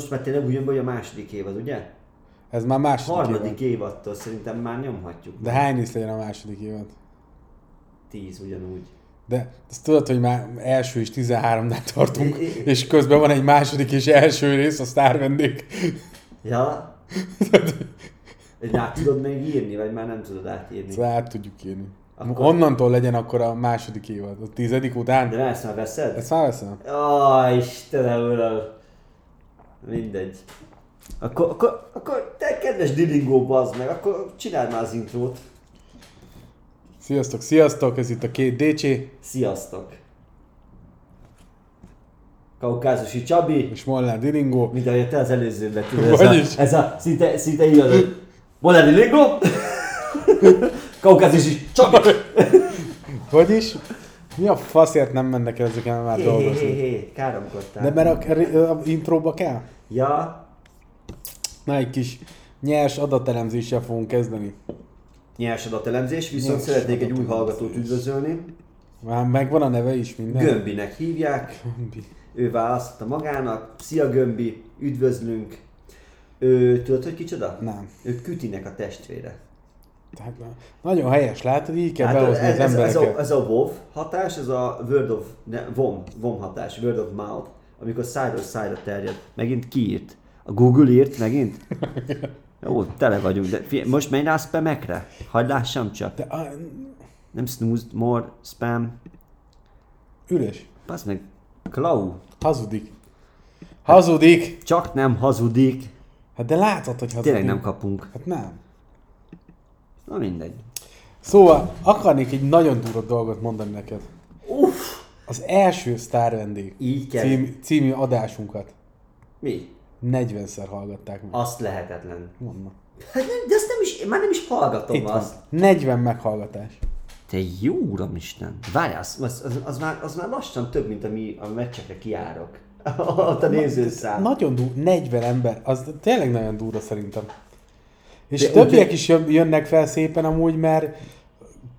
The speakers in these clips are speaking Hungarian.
Most már tényleg úgy jön be, hogy a második évad, ugye? Ez már második évad. Harmadik évattól szerintem már nyomhatjuk. De hány rész legyen a második évad? Tíz ugyanúgy. De azt tudod, hogy már első és 13-nál tartunk, I- i- és közben van egy második és első rész, a sztár vendég. Ja? Hogy át tudod még írni, vagy már nem tudod átírni. Szóval át tudjuk írni. Akkor- Akkor... Onnantól legyen akkor a második évad. A tizedik után. De már ezt már veszed? Ezt már veszem? Aj, Istenem, uram! Mindegy. Akkor, akkor, akkor te kedves Dillingó, bazd meg, akkor csináld már az intrót. Sziasztok, sziasztok, ez itt a két DC, Sziasztok! Kaukázusi Csabi, és Molnár Diringó. mint ahogy te az előzőben tudod, ez Vagyis. a, ez a szinte, szinte így az, hogy Molnár Dillingó, Kaukázusi Csabi! Vagyis, mi a faszért nem mennek el ezeken már Hé, hé, hé, dolgozni? hé, káromkodtál. De mert a, a intróba kell? Ja, Na, egy kis nyers adatelemzéssel fogunk kezdeni. nyers adatelemzés, viszont Nyers szeretnék egy új adatelemzés. hallgatót üdvözölni. Már megvan a neve is minden? Gömbinek hívják, Gömbi. ő választotta magának. Szia Gömbi, üdvözlünk. Ő, tudod, hogy kicsoda? Nem. Ő Kütinek a testvére. Tehát na- nagyon helyes, látod, így kell Hát ez, behozni az ez, ez, embereket. a, ez a WoW hatás, ez a Word of, ne, VOM, VOM hatás, Word of Mouth, amikor side side terjed. Megint kiírt. A Google írt megint? Jó, tele vagyunk, de figyelj, most menj rá spamekre. Hagyd lássam csak. De a, Nem snoozed, more, spam. üres. Passz meg, Klau. Hazudik. Hazudik! Csak nem hazudik. Hát de látod, hogy hazudik. Tényleg nem kapunk. Hát nem. Na mindegy. Szóval, akarnék egy nagyon durva dolgot mondani neked. Uff! Az első Star vendég Így kell. cím, című adásunkat Mi? 40-szer hallgatták meg. Azt lehetetlen. Mondom. Hát nem, de azt nem is, én már nem is hallgatom Itt van. azt. 40 meghallgatás. Te jó uramisten. Várj, az, az, az, az, már, az már lassan több, mint ami a meccsekre kiárok. Ott a nézőszám. Nagyon durva, 40 ember, az tényleg nagyon durva szerintem. És De De többiek is jön- jönnek fel szépen amúgy, mert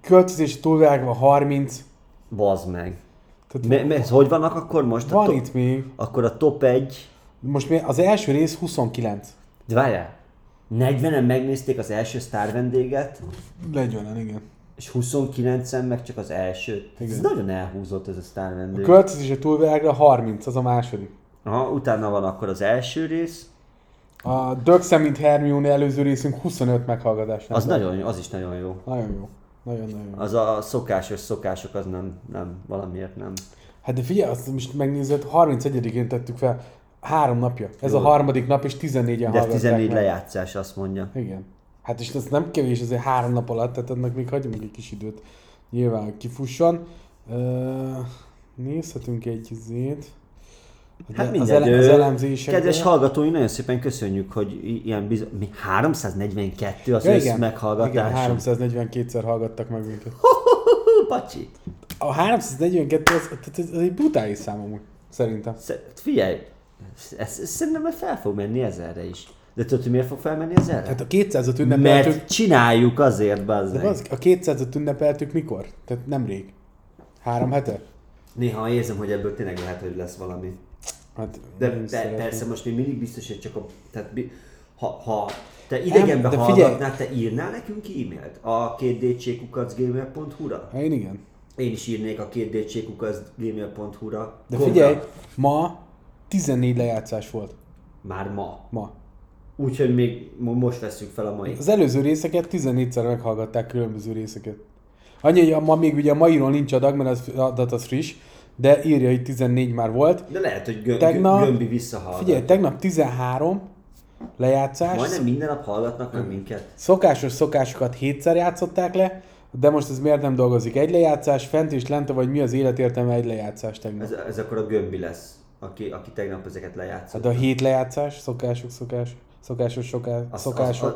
költözés túlvágva 30, Bazd meg. tehát Me, me, hogy vannak akkor most? van a top, itt még. Akkor a top 1. Most mi- az első rész 29. De várjál. 40-en megnézték az első sztár vendéget, 40 igen. és 29-en meg csak az elsőt. Ez Igen. nagyon elhúzott ez a sztár vendég. Költözés túlvágra 30, az a második. Aha, utána van akkor az első rész, A Dögszem, mint Hermione előző részünk 25 meghallgatás. az, nagyon, jó, az is nagyon jó. Nagyon jó. Nagyon-nagyon jó. Az a szokásos szokások, az nem, nem, valamiért nem. Hát de figyelj, azt most megnézed, 31-én tettük fel, három napja. Ez Jó. a harmadik nap, és 14-en De ez 14 meg. lejátszás, azt mondja. Igen. Hát és ez nem kevés, azért három nap alatt, tehát ennek még hagyunk egy kis időt nyilván hogy kifusson. Ö, nézhetünk egy izét. Hát az, mindegy. ele- az ö, elemzések. Kedves hallgatói, nagyon szépen köszönjük, hogy i- ilyen biz... Mi 342 az ja, össz Igen, meghallgatás. 342-szer hallgattak meg minket. Hú, Pacsi! A 342 az, tehát ez, ez egy brutális szám amúgy, szerintem. Sze- Figyelj, ez, ez szerintem már fel fog menni ezerre is. De tudod, hogy miért fog felmenni ezerre? Tehát Hát a 200-at ünnepeltük, Mert csináljuk azért, bazd de meg. az, a 200-at ünnepeltük mikor? Tehát nemrég. Három hete? Néha érzem, hogy ebből tényleg lehet, hogy lesz valami. Hát, De nem is per, szeretném. persze most még mindig biztos, hogy csak a... Tehát, mi- ha, ha te idegenbe de figyelj. hallgatnál, te írnál nekünk e-mailt a 2dckukacgmail.hu-ra? Hát én igen. Én is írnék a 2dckukacgmail.hu-ra. De Gomra. figyelj, ma 14 lejátszás volt. Már ma. Ma. Úgyhogy még mo- most veszük fel a mai. Az előző részeket 14-szer meghallgatták különböző részeket. Annyi, hogy a ma még ugye a mairól nincs adag, mert az adat az friss, de írja, hogy 14 már volt. De lehet, hogy gö- Tegnap- gö- gömbi visszahallgat. Figyelj, tegnap 13 lejátszás, Majdnem minden nap hallgatnak Hm. meg minket. szokásos szokásokat 7-szer játszották le, de most ez miért nem dolgozik? Egy lejátszás, fent és lent, vagy mi az életértelme egy lejátszás tegnap? Ez, ez akkor a gömbi lesz, aki, aki tegnap ezeket lejátszott. Hát a hét lejátszás, szokások, szokás, szokásos, szoká, Az, az, szokások.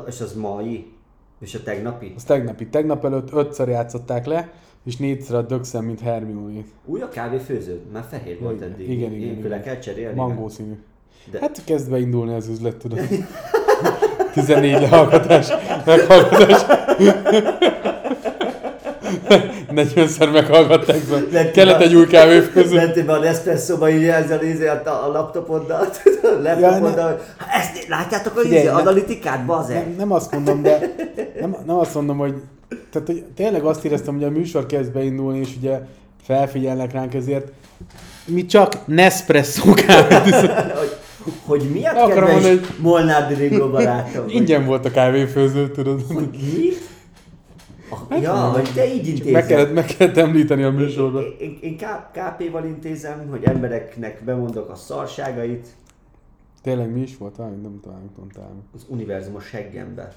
az, és az mai? És a tegnapi? Az tegnapi. Tegnap előtt ötször játszották le, és négyszer a dögszem, mint hermione Új a kávéfőző? Már fehér volt Igen, eddig. igen, igen, Ilyenkor le igen. kell cserélni. Mangó színű. De- De... Hát kezd beindulni az üzlet, tudod. 14 lehallgatás. Meghallgatás. 40-szer meghallgatták, szóval Lett- kellett egy új kávéfőző. Mentél be a Nespresso-ba, így ezzel izé, a, a laptopoddal, a laptopoddal, hogy "Hát ezt látjátok a Figyelj, izé, ne- analitikát, bazen? Nem, nem azt mondom, de nem, nem azt mondom, hogy, tehát, hogy tényleg azt éreztem, hogy a műsor kezd beindulni, és ugye felfigyelnek ránk ezért. Mi csak Nespresso kávét iszunk. hogy, hogy mi a Nem akarom kedves mondani, mondani, hogy- Molnár Dirigó barátom? hogy- Ingyen volt a kávéfőző, tudod. Hogy mi? Ah, ja, hogy te így intézed. Hát- Meg kellett, meg kellett említeni a műsorban. Én, én, én K- KP-val intézem, hogy embereknek bemondok a szarságait Tényleg mi is volt? Várj, nem találom, mondtam. az univerzum a seggembe.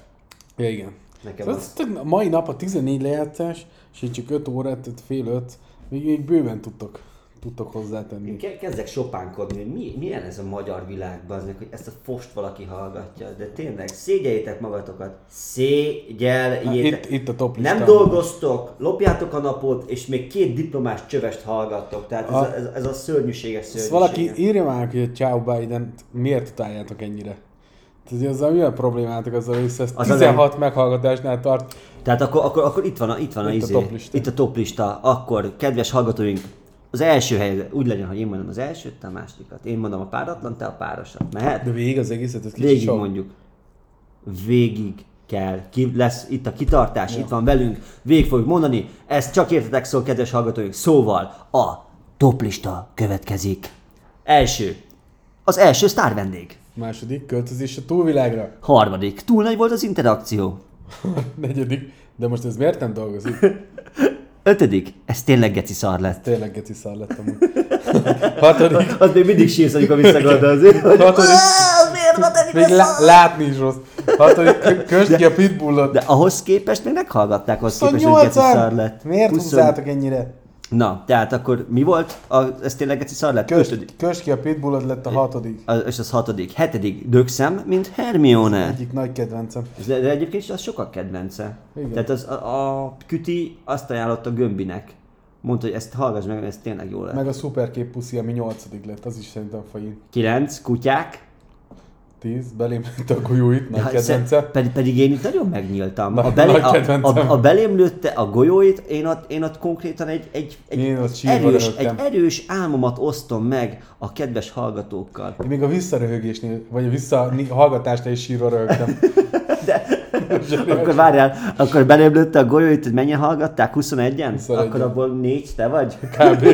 Ja, igen. Nekem Szóval ez az. tök- a mai nap a 14 lejátszás, és így csak 5 órát, tehát fél 5, még, még bőven tudtok, tudtok hozzátenni. Én ke- kezdek sopánkodni, hogy mi, milyen ez a magyar világban, aznak, hogy ezt a fost valaki hallgatja. De tényleg, szégyeljétek magatokat. Szégyeljétek. Hát Itt, itt a top Nem listán. dolgoztok, lopjátok a napot, és még két diplomás csövest hallgattok. Tehát ez a, ez, ez a szörnyűséges Ezt szörnyűség. valaki írja már, hogy a Ciao biden miért utáljátok ennyire? Tehát azzal mi a problémátok azzal, hogy ez Az a 16 meghallgatásnál tart. Tehát akkor, akkor, akkor itt van a, itt van a, Itt a izé, toplista. itt a toplista. Akkor, kedves hallgatóink, az első hely, úgy legyen, hogy én mondom az elsőt, te a másodikat. Én mondom a páratlan, te a párosat. Mehet? De végig az egészet, ez kicsit Végig sok. mondjuk. Végig kell. Ki lesz itt a kitartás, itt van velünk. Végig fogjuk mondani. Ezt csak értetek szól, kedves hallgatóink. Szóval a toplista következik. Első. Az első sztár vendég. Második, költözés a túlvilágra. Harmadik. Túl nagy volt az interakció. Negyedik, de most ez miért nem dolgozik? Ötödik. Ez tényleg geci szar lett. Tényleg geci szar lett amúgy. Hatodik, Az még mindig sírsz, amikor visszagondolsz. Hogy, hatodik, "Á, miért volt eddig még ez lá- a-" látni is rossz. Hatodik, kö- kösd ki a pitbullot. De ahhoz képest még meghallgatták, ahhoz képest, hogy geci szar 28 lett. Miért Huszon- húzzátok ennyire? Na, tehát akkor mi volt? A, ez tényleg geci szar lett? Ötödik. Kösd, kösd ki a pitbullot lett a hatodik. A- És az hatodik. Hetedik. Dökszem, mint Hermione. Egyik nagy kedvencem. De, de egyébként is az sokak kedvence. Igen. Tehát az, a, a Küti azt ajánlott a Gömbinek. Mondta, hogy ezt hallgass meg, ez tényleg jó lett. Meg a szuperkép puszi, ami nyolcadik lett, az is szerintem fain. Kilenc. Kutyák. 10, belém lőtt a golyóit, nagy Ja, kedvence. szer- Pedig, pedig én itt nagyon megnyíltam. Nagy- A, belé, nagy a, kedvencem. a, a belém lőtte a golyóit, én ott, én ott konkrétan egy, egy, egy, Én ott sírva erős, egy röhögtem. erős álmomat osztom meg a kedves hallgatókkal. Én még a visszaröhögésnél, vagy a visszahallgatásnál is sírva röhögtem. Akkor várjál, akkor belém lőtte a golyóit, hogy mennyien hallgatták? 21-en? 21-en. Akkor abból négy te vagy? Kb. De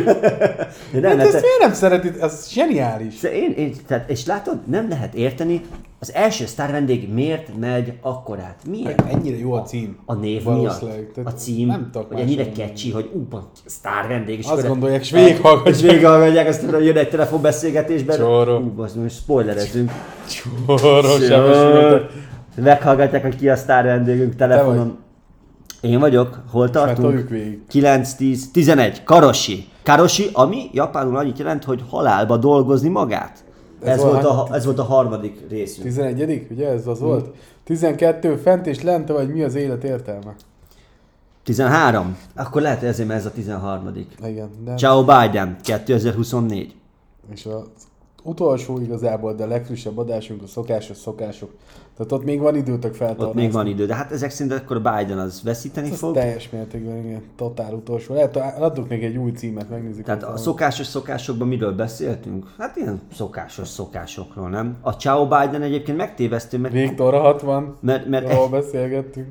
Nem, nem, hát hát, ezt miért nem szereted? Ez zseniális. te- én, én, tehát, és látod, nem lehet érteni, az első sztár vendég miért megy akkorát? Miért? Ennyire jó a cím. a név Hát, Valószínűleg, miatt, tehát a cím, nem tudok hogy más ennyire mondani. kecsi, hogy ú, pont sztár vendég. És Azt akkor- Hát, gondolják, és végighallgatják. És végighallgatják, aztán hogy jön egy telefonbeszélgetésben. Csóró. Ú, az most spoilerezünk. Csorosabb Meghallgatják, hogy ki a sztár vendégünk telefonon. Én vagyok, hol tartunk? toljuk végig. 9, 10, 11, Karosi. Karosi, ami japánul annyit jelent, hogy halálba dolgozni magát. Ez, Ez ez, volt volt, a- a, ez volt a harmadik részünk. 11 ugye ez az volt? 12 fent és lent, vagy mi az élet értelme? 13. Akkor lehet, hogy ezért mert ez a 13. Igen, de... Ciao Biden, 2024. És az utolsó igazából, de a legfrissebb adásunk a szokásos szokások. Tehát ott még van időtök Ott feltartani. még van idő, de hát ezek szerint akkor Biden az veszíteni Ez fog. teljes mértékben, igen, totál utolsó. Lehet, adok még egy új címet, megnézzük. Tehát a hogy szokásos szokásokban miről beszéltünk? Hát ilyen szokásos szokásokról, nem? A Ciao Biden egyébként megtévesztő, mert, Viktorra 60 mert, mert, ról beszélgettünk.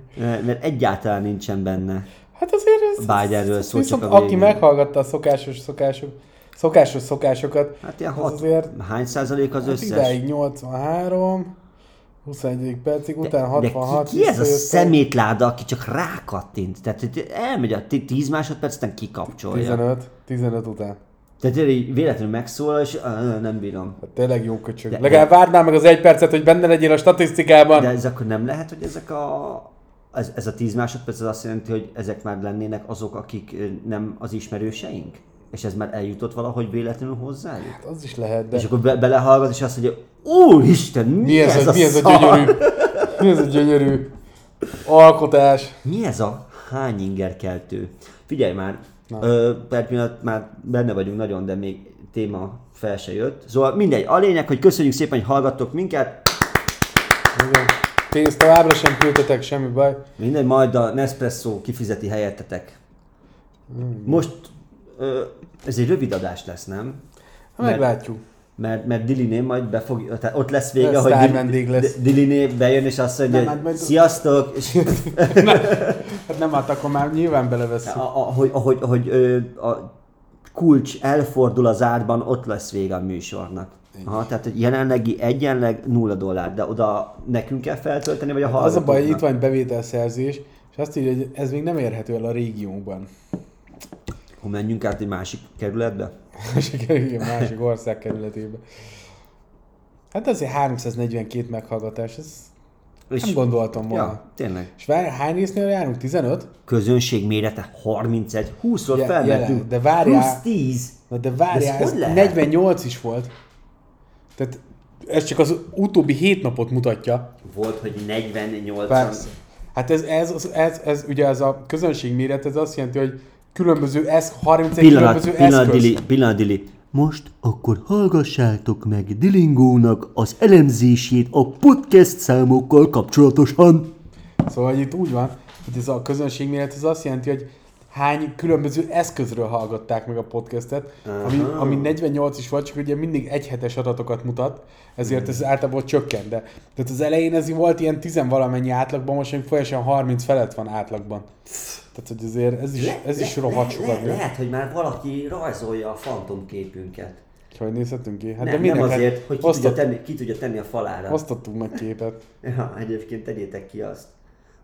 mert egyáltalán nincsen benne. Hát azért ez, ez- Bidenről ez szól csak viszont a aki végén. meghallgatta a szokásos szokások, szokásos szokásokat, Hát ilyen az hat, azért hány százalék az hát összes? idáig 83, 21. percig, utána de 66. ki, ki ez a visszajöttek. szemétláda, aki csak rákattint? Tehát itt elmegy a ti- 10 másodperc, aztán kikapcsolja. 15, 15 után. Tehát tényleg így véletlenül megszólal, és "Á, nem bírom. Hát tényleg jó köcsög. De- Legalább várnál meg az egy percet, hogy benne legyél a statisztikában. De ez akkor nem lehet, hogy ezek a... Ez, ez a 10 másodperc az azt jelenti, hogy ezek már lennének azok, akik ö, nem az ismerőseink? És ez már eljutott valahogy véletlenül hozzájuk? Hát az is lehet, de És akkor be, belehallgat, és azt mondja, Úristen, mi, mi ez, a, mi ez a szar? gyönyörű, mi ez a gyönyörű alkotás. Mi ez a hány ingerkeltő? Figyelj már, ö, per pillanat már benne vagyunk nagyon, de még téma fel se jött. Szóval mindegy, a lényeg, hogy köszönjük szépen, hogy hallgattok minket, Igen. Pénzt továbbra sem küldtetek, semmi baj. mindegy, majd a Nespresso kifizeti helyettetek. Hmm. Most ö, ez egy rövid adás lesz, nem? Ha meglátjuk. Mert, mert Diliné majd be fog, tehát ott lesz vége, Lesz hogy sztár Dil- vendég lesz. Diliné bejön és azt mondja, Nem, hogy hát majd- sziasztok, és Hát nem hát akkor már nyilván beleveszünk. a- a- ahogy, ahogy, ahogy ö, a kulcs elfordul az árban, ott lesz vége a műsornak. Aha, tehát hogy jelenlegi egyenleg nulla dollár, de oda nekünk kell feltölteni, vagy a Hát Az a hallgatóknak? baj, hogy itt van bevételszerzés, és azt írja, hogy ez még nem érhető el a régiónkban. Ha menjünk át egy másik kerületbe? És igen, másik ország kerületébe. Hát azért 342 meghallgatás, ez És, nem gondoltam volna. ja, tényleg. És várj, hány résznél járunk? 15? Közönség mérete 31, 20-szor Je- felvettünk. jelen, de várjál. 20-10. Na de várjál, De ez ez hogy lehet? 48 is volt. Tehát ez csak az utóbbi hét napot mutatja. Volt, hogy 48 Persze. Hát ez, ez, ez, ez, ez ugye ez a közönség méret, ez azt jelenti, hogy különböző ez 31 Pillanat, különböző pillanat, eszköz. Dili, pillanat, Dili. Most akkor hallgassátok meg Dilingónak az elemzését a podcast számokkal kapcsolatosan. Szóval hogy itt úgy van, hogy ez a közönség méret, ez azt jelenti, hogy hány különböző eszközről hallgatták meg a podcastet, ami, Aha. ami 48 is volt, csak ugye mindig egyhetes adatokat mutat, Hmm. ezért ez általában csökken. De, tehát az elején ez volt ilyen 10 valamennyi átlagban, most még folyamatosan 30 felett van átlagban. Tehát, hogy azért ez is, ez is rohadt sokat. le, nő. Lehet, hogy már valaki rajzolja a fantomképünket. Hogy nézhetünk ki? Hát Hát nem, minek? nem Hát azért, hogy ki tudja, osztott, tenni, ki tudja tenni a falára. osztottunk meg képet. Ja, egyébként tegyétek ki azt.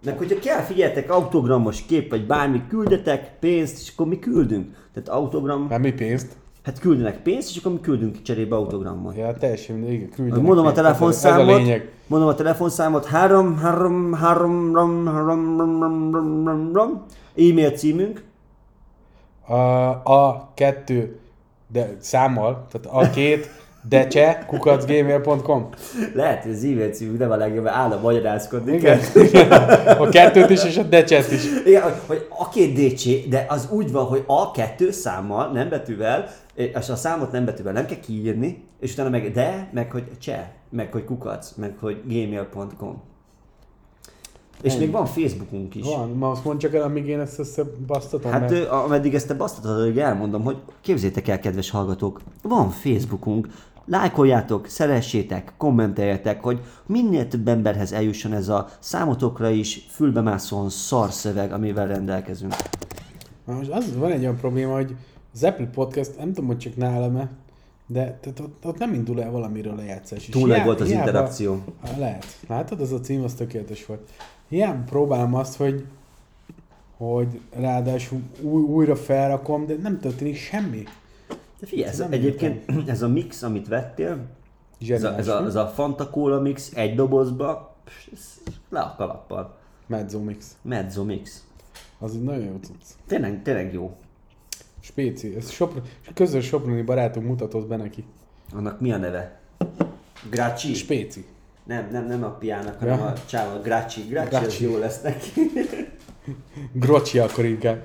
Meg hogyha kell, figyeljetek, autogramos kép, vagy bármi, küldetek pénzt, és akkor mi küldünk. Tehát autogram, Már mi pénzt? hát küldenek pénzt, és akkor mi küldünk cserébe autogrammal. Ja, teljesen mindegy, igen, küldjenek Mondom a pénzt, telefonszámot, Ez a lényeg. mondom a telefonszámot, 3, 3, 3, ram, ram, ram, ram, ram, ram, ram, e-mail címünk, A, a kettő, de számmal, tehát a két, dece, kukacgmail.com. lehet, hogy az e-mail címünk nem a legjobb, mert áll a magyarázkodni. Igen. kell. A kettőt is, és a decet is. Igen, hogy a két DC, de az úgy van, hogy a kettő számmal, nem betűvel, és a számot nem betűvel nem kell kiírni, és utána meg de, meg hogy cseh, meg hogy kukac, meg hogy gmail.com. És még van Facebookunk is. Van, ma azt mondd csak el, amíg én ezt összebasztatom. Hát mert- ö, ameddig ezt te basztatod, addig elmondom, hogy képzétek el, kedves hallgatók, van Facebookunk, lájkoljátok, szeressétek, kommenteljetek, hogy minél több emberhez eljusson ez a számotokra is fülbemászóan szarszöveg, amivel rendelkezünk. Na most az van egy olyan probléma, hogy az Apple Podcast, nem tudom, hogy csak nálam-e, de tehát ott, ott, nem indul el valamiről a játszás. És Túl nagy volt az hiába- interakció. Á, Lehet. Látod, az a cím az tökéletes volt. Hiába próbálom azt, hogy hogy ráadásul új, újra felrakom, de nem történik semmi. De figyelj, ez, Nem egyébként ez a mix, amit vettél, ez a, Zseniális, ez, a, mi? ez a Fanta Cola mix egy dobozba, pss, ez le a kalappal. Mezzo Mix. Mezzo mix. Az egy nagyon jó cucc. Tényleg, tényleg jó. Spéci. Ez Sopron, közös Soproni barátunk mutatott be neki. Annak mi a neve? Graci? Spéci. Nem, nem, nem a piának, hanem Ja. a csáva, a Graci. Graci, az Graci. jó lesz neki. Grocsi akkor inkább.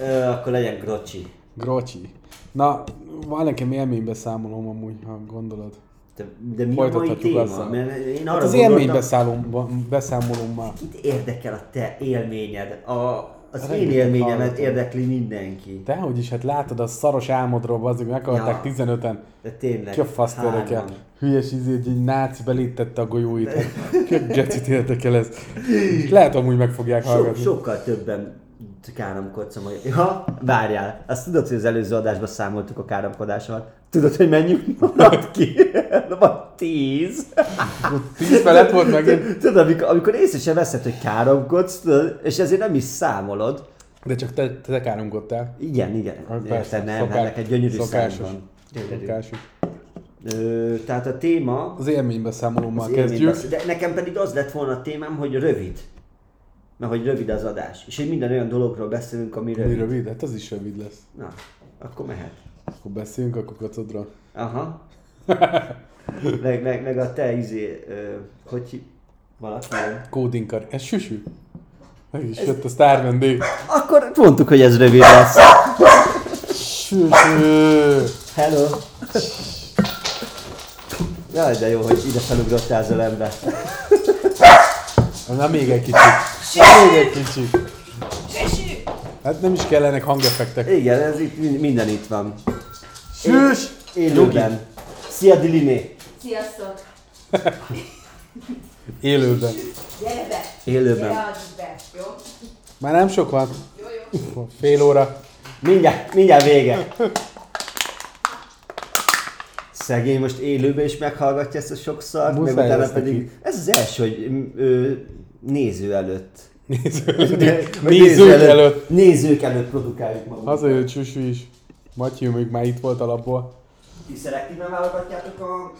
Ö, akkor legyen Graci. Grocsi. Na, van nekem élménybeszámolóm amúgy, ha gondolod. De, de mi a mai Folytathatjuk téma? azzal. Mert én arra Hát az gondoltam, élménybeszámolóm, beszámolómmal. kit érdekel a te élményed? A, az én Hát Rengeteg élményemet hallgató. érdekli mindenki. Dehogy is, hát látod a szaros álmodról, bazdmeg, meghallgatták Ja. 15-en. De tényleg. Ki a fasz hárman. érdekel? Hülyes izé, hogy egy náci belétette a golyóit. Hát, Ki a gecit érdekel ez? És lehet amúgy meg fogják So, hallgatni. sokkal többen káromkodszom, hogy... Ja, várjál, azt tudod, hogy az előző adásban számoltuk a káromkodásomat. Tudod, hogy mennyi maradt ki? Vagy tíz. Tíz felett volt megint. Tudod, amikor, amikor észre sem veszed, hogy káromkodsz, tudod, és ezért nem is számolod. De csak te, te káromkodtál. Igen, igen. Hát persze, Érted, nem, szoká- hát neked gyönyörű szám szokásos. van. Gyönyörű. Szokásos. Ö, tehát a téma... Az élménybeszámolómmal az élménybe- kezdjük. De nekem pedig az lett volna a témám, hogy rövid. Mert hogy rövid az adás. És hogy minden olyan dologról beszélünk, ami Mi rövid. rövid? Hát az is rövid lesz. Na, akkor mehet. Akkor beszéljünk a kukacodra. Aha. meg, meg, meg a te izé, ö, hogy hív- valaki ilyen. Kódinkar. Ez süsű. Meg is jött a sztár vendég. Akkor mondtuk, hogy ez rövid lesz. Süsű! Hello! Jaj, de jó, hogy ide felugrottál az ölembe. Na még egy kicsit. Na, még egy kicsit. Hát nem is kellenek hangeffektek. Igen, ez itt min- minden itt van. Sűs! Élőben. Szia Diliné! Sziasztok! Élőben. Gyere be! Élőben. Gyere az be, jó? Már nem sok van. Jó, jó. Fél óra. Mindjárt, mindjárt vége. Szegény most élőben is meghallgatja ezt a sok szart, meg Muszáj utána lesz neki. pedig... Ez az első, hogy m- ö, néző előtt. Nézzük. Vagy Nézzük előtt. Nézők előtt produkáljuk magunkat. Hazajött Süsű is. Matyi még már itt volt alapból. Ti szelektíven válogatjátok a...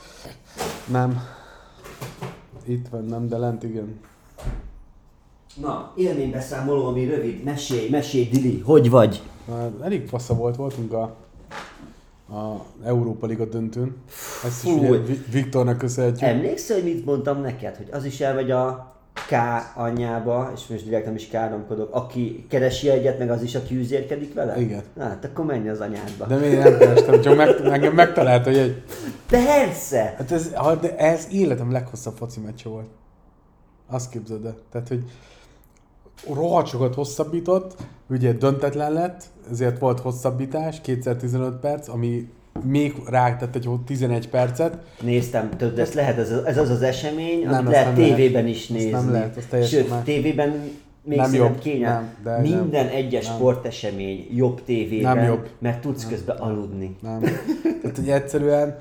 Nem. Itt van, nem, de lent igen. Na, élménybeszámoló, ami rövid. Mesélj, mesélj, Dili, hogy vagy? Már elég passza volt, voltunk a, a Európa Liga döntőn. Ezt is Fú. ugye Vi- Viktornak köszönhetjük. Emlékszel, hogy mit mondtam neked? Hogy az is elmegy a K anyjába, és most direkt nem is káromkodok, aki keresi egyet, meg az is, aki üzérkedik vele? Igen. Na, hát akkor menj az anyádba. De még nem kerestem, csak meg, engem megtalált, hogy egy... Persze! Hát ez, ha- de ez életem leghosszabb foci meccse volt. Azt képzeld el. Tehát, hogy rohadt sokat hosszabbított, ugye döntetlen lett, ezért volt hosszabbítás, 215 perc, ami még ráktett egy 11 percet, Néztem több, de ez lehet, ez, az- ez az az esemény, Nem, amit azt lehet nem lehet. tévében is Azt nem nézni. lehet, az teljesen Sőt, más. tévében még Nem nem jobb, jobb, kényelm. nem, de nem. Minden egyes sportesemény jobb tévében, Nem jobb. mert tudsz közben aludni. Nem. Tehát, hogy egyszerűen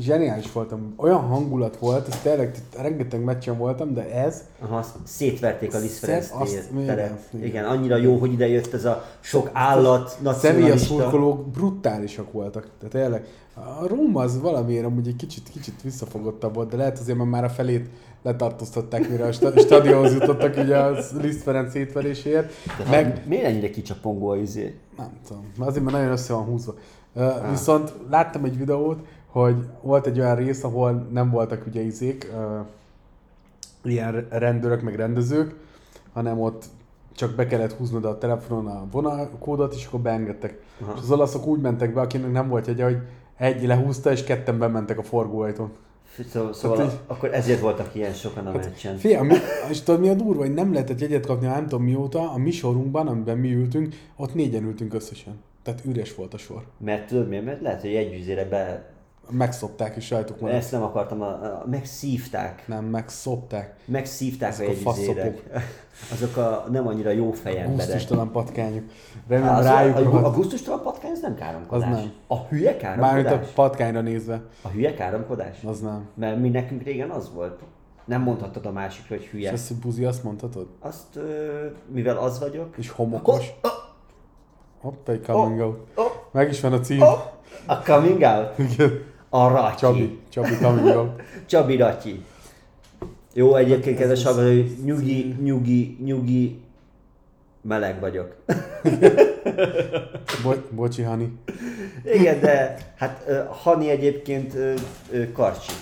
zseniális voltam. Olyan hangulat volt, ez tényleg rengeteg meccsen voltam, de ez Aha, azt szétverték a Liszt Szem- Ferenc azt- teret. igen, igen. Igen, annyira jó, hogy ide jött ez a sok állat, Sevilla nacionalista. szurkolók brutálisak voltak. Tehát tényleg. A Róma az valamiért amúgy egy kicsit, kicsit visszafogottabb volt, de lehet azért, mert már a felét letartóztatták, mire a sta- stadionhoz jutottak ugye a Liszt Ferenc étveréséért. Meg, hát Miért ennyire kicsapongó a izé? nem tudom, azért mert nagyon össze van húzva. Ö, Viszont láttam egy videót, hogy volt egy olyan rész, ahol nem voltak ugye izék, ö, ilyen rendőrök meg rendezők, hanem ott csak be kellett húznod a telefonon a vonalkódot, és akkor beengedtek. Aha. És az olaszok úgy mentek be, akinek nem volt jegye, hogy egy lehúzta, és ketten bementek a forgóajtón. Hát Szóval, szóval így- akkor ezért voltak ilyen sokan a Hát meccsen. Fia, mi, és tudod mi a durva, hogy nem lehetett jegyet kapni, nem tudom mióta, a mi sorunkban, amiben mi ültünk, ott négyen ültünk összesen. Tehát üres volt a sor. Mert tudod miért? Mert lehet, hogy egy üzére be... Megszopták és rajtuk maradt. Ezt nem akartam, a, a, megszívták. Nem, megszopták. Megszívták a Ezek a jegyüzérek. Azok a nem annyira jó fejemberek. Gusztustalan patkányok. Remélem Az, rájuk a, a, a rohadt. gusztustalan patkány, ez nem káromkodás. Az nem. A hülye Mármint káromkodás? a patkányra nézve. A hülye káromkodás? Az nem. Mert mi nekünk régen az volt. Nem mondhattad a másikra, hogy És hülye. azt, hogy buzi, azt mondhatod? Azt, ö, mivel az vagyok, És homokos. Hopp, egy coming out. oh, Meg is van a cím. a coming out, Igen. a ratyi. Csabi. Csabi. Csabi coming out. Csabi ratyi. Jó, egyébként kedves hallgatói, nyugi, nyugi, nyugi, meleg vagyok. Bo- bocsi, hani. Igen, de hát ö, Hani egyébként ö, ö, Karcsi.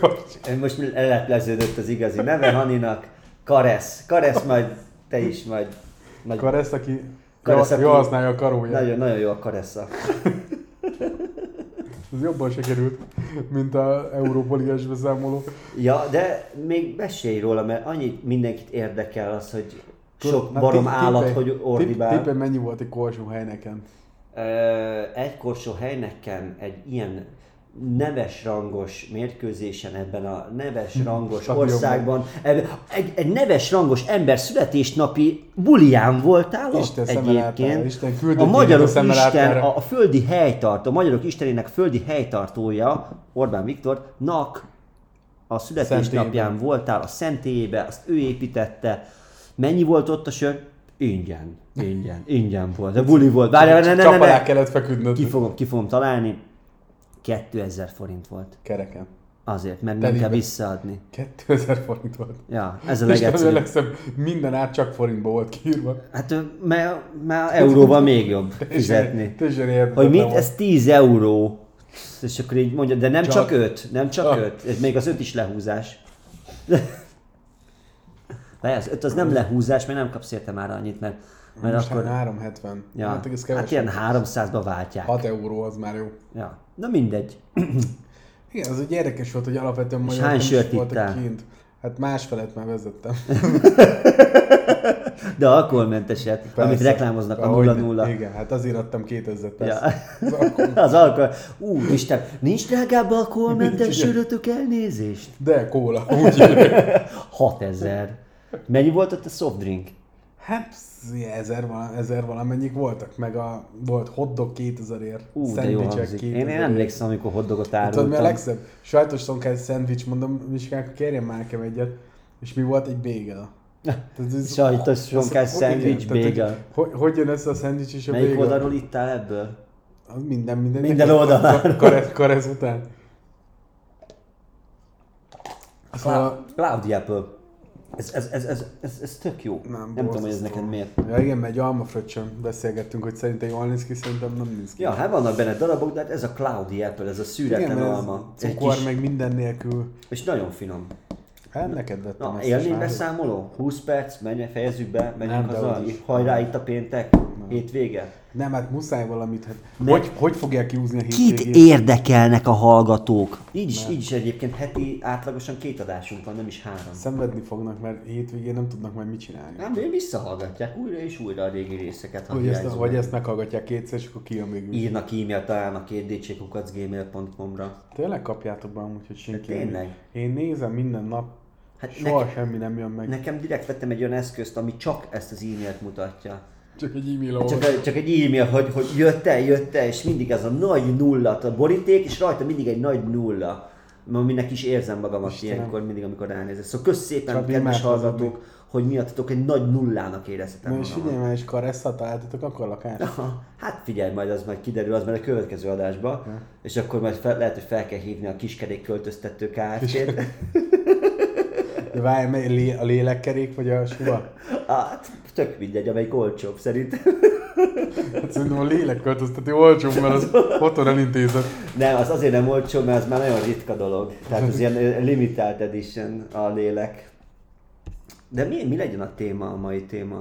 Karcsi. Most lelepleződött az igazi neve Haninak. Karesz. Karesz majd, te is majd. Nagy, Akkor ezt, aki Karesz, jól aki- jól használja a karóját. nagyon, nagyon jó a Karessa. Ez jobban sikerült, mint a Európa Ligás beszámoló. Ja, de még mesélj róla, mert annyit mindenkit érdekel az, hogy sok Na, barom tipp- állat, tippelj- hogy tipp- ordibál. Tippelj, mennyi volt egy korsó helyneken? Ö, egy korsó helyneken egy ilyen neves rangos mérkőzésen ebben a neves rangos Hmm, stadionban. országban, ebben, egy, egy neves rangos ember születésnapi bulián voltál ott Isten szeme egyébként. láttára, Isten a küldött magyarok téged a szeme Isten, láttára. a, a földi helytartó, a magyarok Istenének földi helytartója, Orbán Viktornak a születésnapján Szentélyében. voltál a szentélyébe, azt ő építette. Mennyi volt ott a sör? Ingyen. Ingyen. Ingyen volt. De buli volt. Várjál, ne, ne, ne, Csap alá ne. kellett feküdnöd. Ki fogom, ki fogom találni. 2000 forint volt. Kereken. Azért, mert nem Telibe. kell visszaadni. 2000 forint volt. Ja, ez a És nem legegyszerűbb. emlékszem, minden ár csak forintba volt kiírva. Hát ö, mert, mert euróval még jobb fizetni. Teljesen Hogy mit? Ez 10 euró. És akkor így mondja, de nem csak, Csak. Ah. csak 5, nem csak Csak. 5. Ez még az 5 is lehúzás. De az 5 az nem lehúzás, mert nem kapsz érte már annyit, mert, mert Most akkor... akkor... 370. Ja. Hát ez hát kevesebb. ilyen 300-ba váltják. 6 euró az már jó. Ja. Na mindegy. Igen, az egy érdekes volt, hogy alapvetően hány magyarok nem is sört voltak ittál? kint. Hát másfelet már vezettem. De alkoholmenteset, amit reklámoznak a Ahogy ne- 0-0. Igen, hát azért adtam 2000 Ja. persze. Szóval- Az alkohol- Az alkohol. Ú, Isten, nincs drágább alkoholmentes sörötök elnézést? De kóla, úgy írja. 6000. Mennyi volt ott a soft drink? Hát szia, ezer, vala, ezer valamennyik voltak, meg a, volt hotdog 2000 ér, Ú, de jó hangzik. Én, én emlékszem, amikor hoddogot Tudod, mi a árultam. Hát, legszebb? Sajtos tonkáz szendvics, mondom, Miskák, kérjen már nekem egyet. És mi volt? Egy bagel. Tehát ez- Sajtos azt- sonkás hogy- szendvics, igen, tehát, bagel. Hogy, hogy, hogy jön össze a szendvics és a Melyik bagel? oldalról ittál ebből? Az minden, minden. Minden nekem- oldaláról. Ka- Karez, karez után. Szóval, Clou- Cloudy Apple. Ez, ez, ez, ez, ez, ez tök jó. Nem, Nem, borzasztó. tudom, hogy ez neked miért. ja igen, mert egy almafröccsön beszélgettünk, hogy szerintem jól néz ki, szerintem nem néz ki. Ja, hát vannak benne darabok, de hát ez a Cloudy Apple, ez a szűretlen igen, mert ez alma. Egy Cukor kis- meg minden nélkül. És nagyon finom. Hát neked vettem Na, ezt a sárgát. élménybeszámoló? 20 perc, menj, fejezzük be, menjünk Nem, de haza, úgyis. hajrá itt a péntek, hétvége. Nem, hát muszáj valamit. Hát, Ne. hogy, hogy fogják kiúzni a Kit hétvégét? érdekelnek a hallgatók? Így is, így is egyébként heti átlagosan két adásunk van, nem is három. Szenvedni fognak, mert hétvégén nem tudnak majd mit csinálni. Nem, de visszahallgatják újra és újra a régi részeket, ha Vagy ezt, hiányzó. vagy ezt meghallgatják kétszer, és akkor kijön végül. Írnak e-mailt talán a kétdcskukacgmail.com-ra. Tényleg kapjátok be amúgy, hogy senki De nem- tényleg. Én nézem minden nap, Hát hát soha semmi nem jön meg. Nekem direkt vettem egy olyan eszközt, ami csak ezt az e-mailt mutatja. Csak egy e-mail Csak, egy- csak egy e-mail, hogy, hogy jött el, jött el, és mindig ez a nagy nulla, a boríték, és rajta mindig egy nagy nulla. Ma Aminek is érzem magamat Istenem. ilyenkor, mindig, amikor ránézek. Szóval kösz szépen, Csak kedves imádkozom. hallgatók, hogy miattatok egy nagy nullának érezhetem Na és magamat. figyelj már, és karesz, ha találtatok, akkor lakás. Aha, Hát figyelj, majd az majd kiderül, az majd a következő adásba, és akkor majd fel, lehet, hogy fel kell hívni a kiskerék költöztető kártyát. De várj, mely lé, a lélekkerék, vagy a suva? Hát, tök mindegy, amelyik olcsóbb szerintem. Hát szerintem a lélek költözteti olcsó, mert az otthon elintézett. Nem, az azért nem olcsó, mert az már nagyon ritka dolog. Tehát az ilyen limitált edition a lélek. De mi, mi legyen a téma, a mai téma?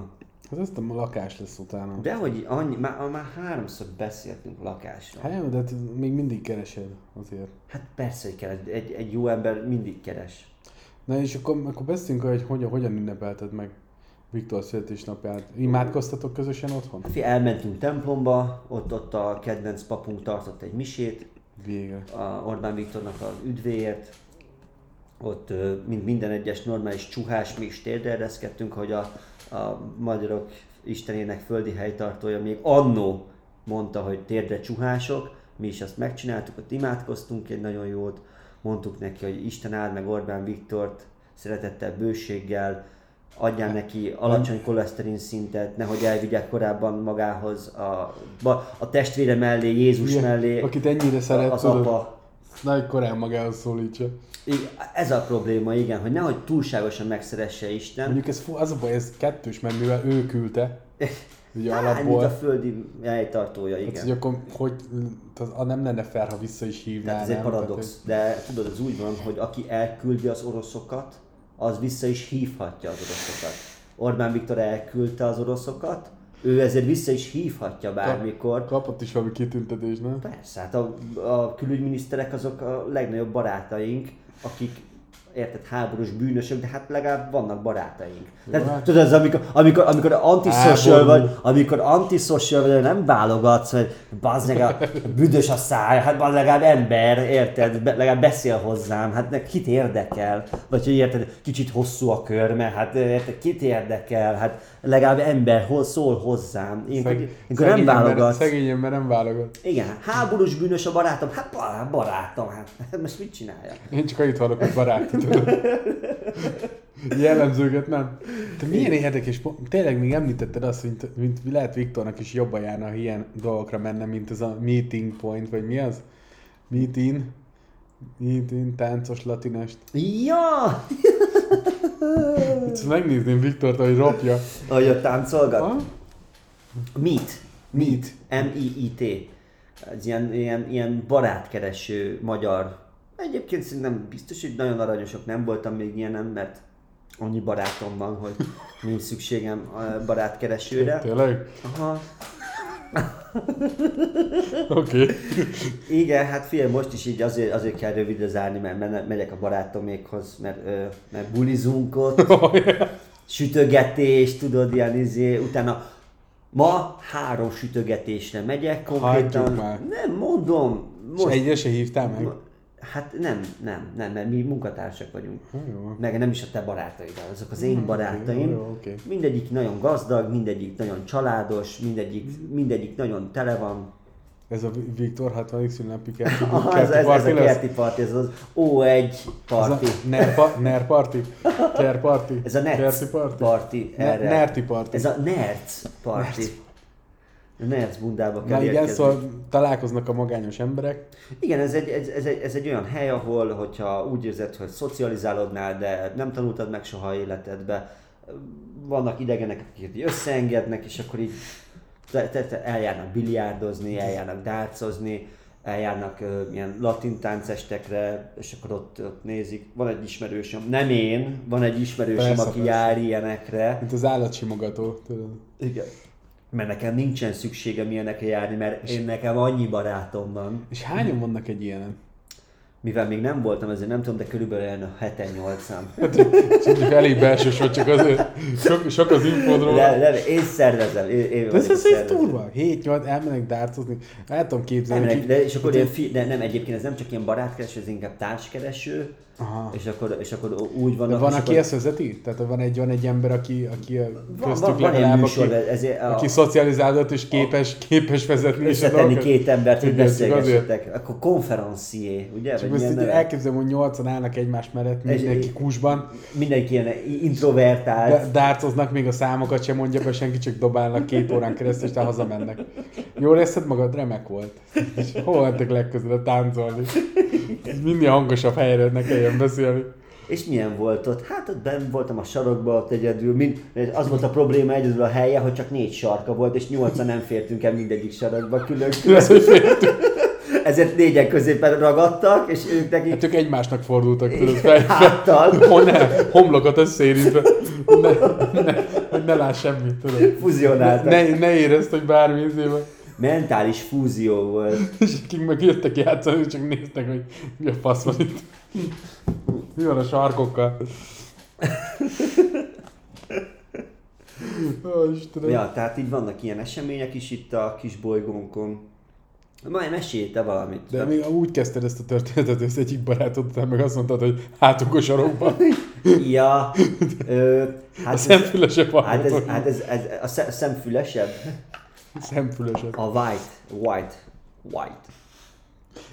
Hát azt hiszem, a lakás lesz utána. De hogy annyi, már, már háromszor beszéltünk lakásról. Hát jó, de hát még mindig keresed azért. Hát persze, hogy keres. Egy, egy jó ember mindig keres. Na és akkor, akkor beszéljünk, arról, hogy hogyan, hogyan ünnepelted meg Viktor születésnapját. Imádkoztatok közösen otthon? Fi- Hát Elmentünk templomba, ott, ott a kedvenc papunk tartott egy misét, Végre. a Orbán Viktornak az üdvéért, ott ö, mint minden egyes normális csuhás, mi is térdelreszkedtünk, hogy a, a magyarok istenének földi helytartója még annó mondta, hogy térdre csuhások, mi is azt megcsináltuk, ott imádkoztunk egy nagyon jót, mondtuk neki, hogy Isten áld meg Orbán Viktort, szeretettel, bőséggel, adjál neki alacsony koleszterin szintet, nehogy elvigyek korábban magához a, ba- a testvére mellé, Jézus Ilyen, mellé, akit ennyire szeret, az tudod. apa. Nagy korán magához szólítsa. Így, ez a probléma, igen, hogy nehogy túlságosan megszeresse Isten. Mondjuk ez, fú, az a baj, ez kettős, mert mivel ő küldte, ugye Hát, mint a alapból, földi helytartója, hát, hogy igen. akkor hogy, tehát az nem lenne fair, ha vissza is hívná, Tehát ez egy nem? paradox. De tudod, ez úgy van, hogy aki elküldi az oroszokat, az vissza is hívhatja az oroszokat. Orbán Viktor elküldte az oroszokat, ő ezért vissza is hívhatja bármikor. Tehát kapott is valami kitüntetés, nem? Persze, hát a, a külügyminiszterek azok a legnagyobb barátaink, akik érted, háborús bűnösök, de hát legalább vannak barátaink. Tehát, tudod, ez amikor, amikor, amikor antiszocial hát- Háború. vagy, amikor antiszocial vagy, nem válogatsz, hogy bazd meg a büdös a száj, hát bazd legalább ember, érted, Be, legalább beszél hozzám, hát ne, kit érdekel? Vagy hogy érted, kicsit hosszú a körme, hát érted, kit érdekel? Hát legalább ember, hol szól hozzám? Én, Szeg- amikor nem szegény ember- válogatsz. Szegény ember nem válogat. Igen, háborús bűnös a barátom, hát bará- barátom, hát most mit csinálja? Én csak annyit hallok, hogy baráti tudod. Jellemzőket nem. Te milyen érdekes, pont- tényleg még említetted azt, mint, mint lehet Viktornak is jobban járna, ha ilyen dolgokra menne, mint ez a meeting point, vagy mi az? Meet in? Meet in, táncos latinest. Ja! Ezt megnézném Viktort, hogy ropja. Ahogy ott táncolgat. Ha? Meet. Meet. M-I-I-T. Ez ilyen, ilyen, ilyen barátkereső magyar. Egyébként szerintem biztos, hogy nagyon aranyosok nem voltam még ilyenem, mert annyi barátom van, hogy nincs szükségem eh, barátkeresőre. Tényleg? Aha. Oké. Okay. Igen, hát figyelj, most is így azért, azért kell rövidre zárni, mert men- megyek a barátomékhoz, mert, ö, mert bulizunk ott, Oh, sütögetés, tudod, ilyen izé, utána ma három sütögetésre megyek konkrétan. Hagyjuk már. Nem, mondom, És most, egyre se hívtál meg? hát nem, nem, nem, mert mi munkatársak vagyunk. Jó. Hm, Meg nem is a te barátaid, azok az én barátaim. Jó, jó, oké. Mindegyik nagyon gazdag, mindegyik nagyon családos, mindegyik, mindegyik nagyon tele van Ez a Viktor 60. szülnapi kerti Aha, ez, kerti ez, ez parti a lesz? kerti parti, ez az O1 Az a parti. Ner, pa, ner parti? Ker parti? Ez a Kerti NERC parti? parti. Ne- erre. nerti parti. Ez a NERC parti. A NERC bundába kell Na igen, érkezni. szóval találkoznak a magányos emberek. Igen, ez egy, ez, ez, egy, ez egy olyan hely, ahol, hogyha úgy érzed, hogy szocializálódnál, de nem tanultad meg soha életedbe, vannak idegenek, akik így összeengednek, és akkor így te, te, te eljárnak biliárdozni, eljárnak dárcozni, eljárnak ö, ilyen latin táncestekre, és akkor ott, ott nézik. Van egy ismerősöm, nem én, van egy ismerősöm, Persze, aki persze. jár ilyenekre. Mint az állatsimogató, tudod. Igen. Mert nekem nincsen szükségem ilyenekre járni, mert én nekem annyi barátom van. És hányan vannak egy ilyenen? Mivel még nem voltam, ezért nem tudom, de körülbelül olyan Hát 7-8-am. Csak elég belsős vagy, csak azért sok, sok az infódról. Le, le, én szervezem. Én, én De ez, vagyok ez, a ez szervező. durva. 7-8 elmenek dárcozni. El tudom képzelni. Elmenek, hogy- de, és akkor ilyen fi, de nem, egyébként ez nem csak ilyen barátkereső, ez inkább társkereső, Aha. és akkor, és akkor úgy De vannak. van, és aki akkor, ezt vezeti? Tehát van egy, van egy ember, aki, aki a van, köztük van, van ilyen legalább, műsor, aki, ezért a, aki szocializálódott és képes, képes vezetni is a összetenni dolgokat. két embert, hogy Igen, csak azért. beszélgessetek. Akkor konferencié, ugye? Csak Vagy ezt milyen így neve? elképzelem, hogy nyolcan állnak egymás mellett, mindenki egy- kúsban, Mindenki ilyen introvertált. de- dárcoznak, még a számokat sem mondja be senki, csak dobálnak két órán keresztül, és te hazamennek. Jól érezted magad? Remek volt. És hol mentek legközelebb táncolni? Ez Minél hangosabb helyre ne kelljen beszélni. És milyen volt ott? Hát ott benn voltam a sarokba, ott egyedül, mind, az volt a probléma egyedül a helye, hogy csak négy sarka volt, és nyolcan nem fértünk el mindegyik sarokba külön. Lesz, hogy féltünk. Ezért négyen középen ragadtak, és ők nekik Hát ők egymásnak fordultak, tudod, fel, fel, háttal hol ne, homlokat összeérintve, ne, ne, hogy ne láss semmit, tudod. fuzionáltak. Ne, ne érezd, hogy bármi izé van. Mentális fúzió volt. És akik meg jöttek játszani, ők csak néztek, hogy mi a fasz van itt. Mi van a sarkokkal? Ó, Istenem. Ja, tehát így vannak ilyen események is itt a kis bolygónkon. Majd mesélj te valamit. De még úgy kezdted ezt a történetet, hogy az egyik barátod után meg azt mondtad, hogy hátunk a sarokban. Ja, ö, A hát, ez, szemfülesebb hát, ez, hallgatók. hát ez, ez, a szem- szemfülesebb, Szemfülesebb. a white, white, white.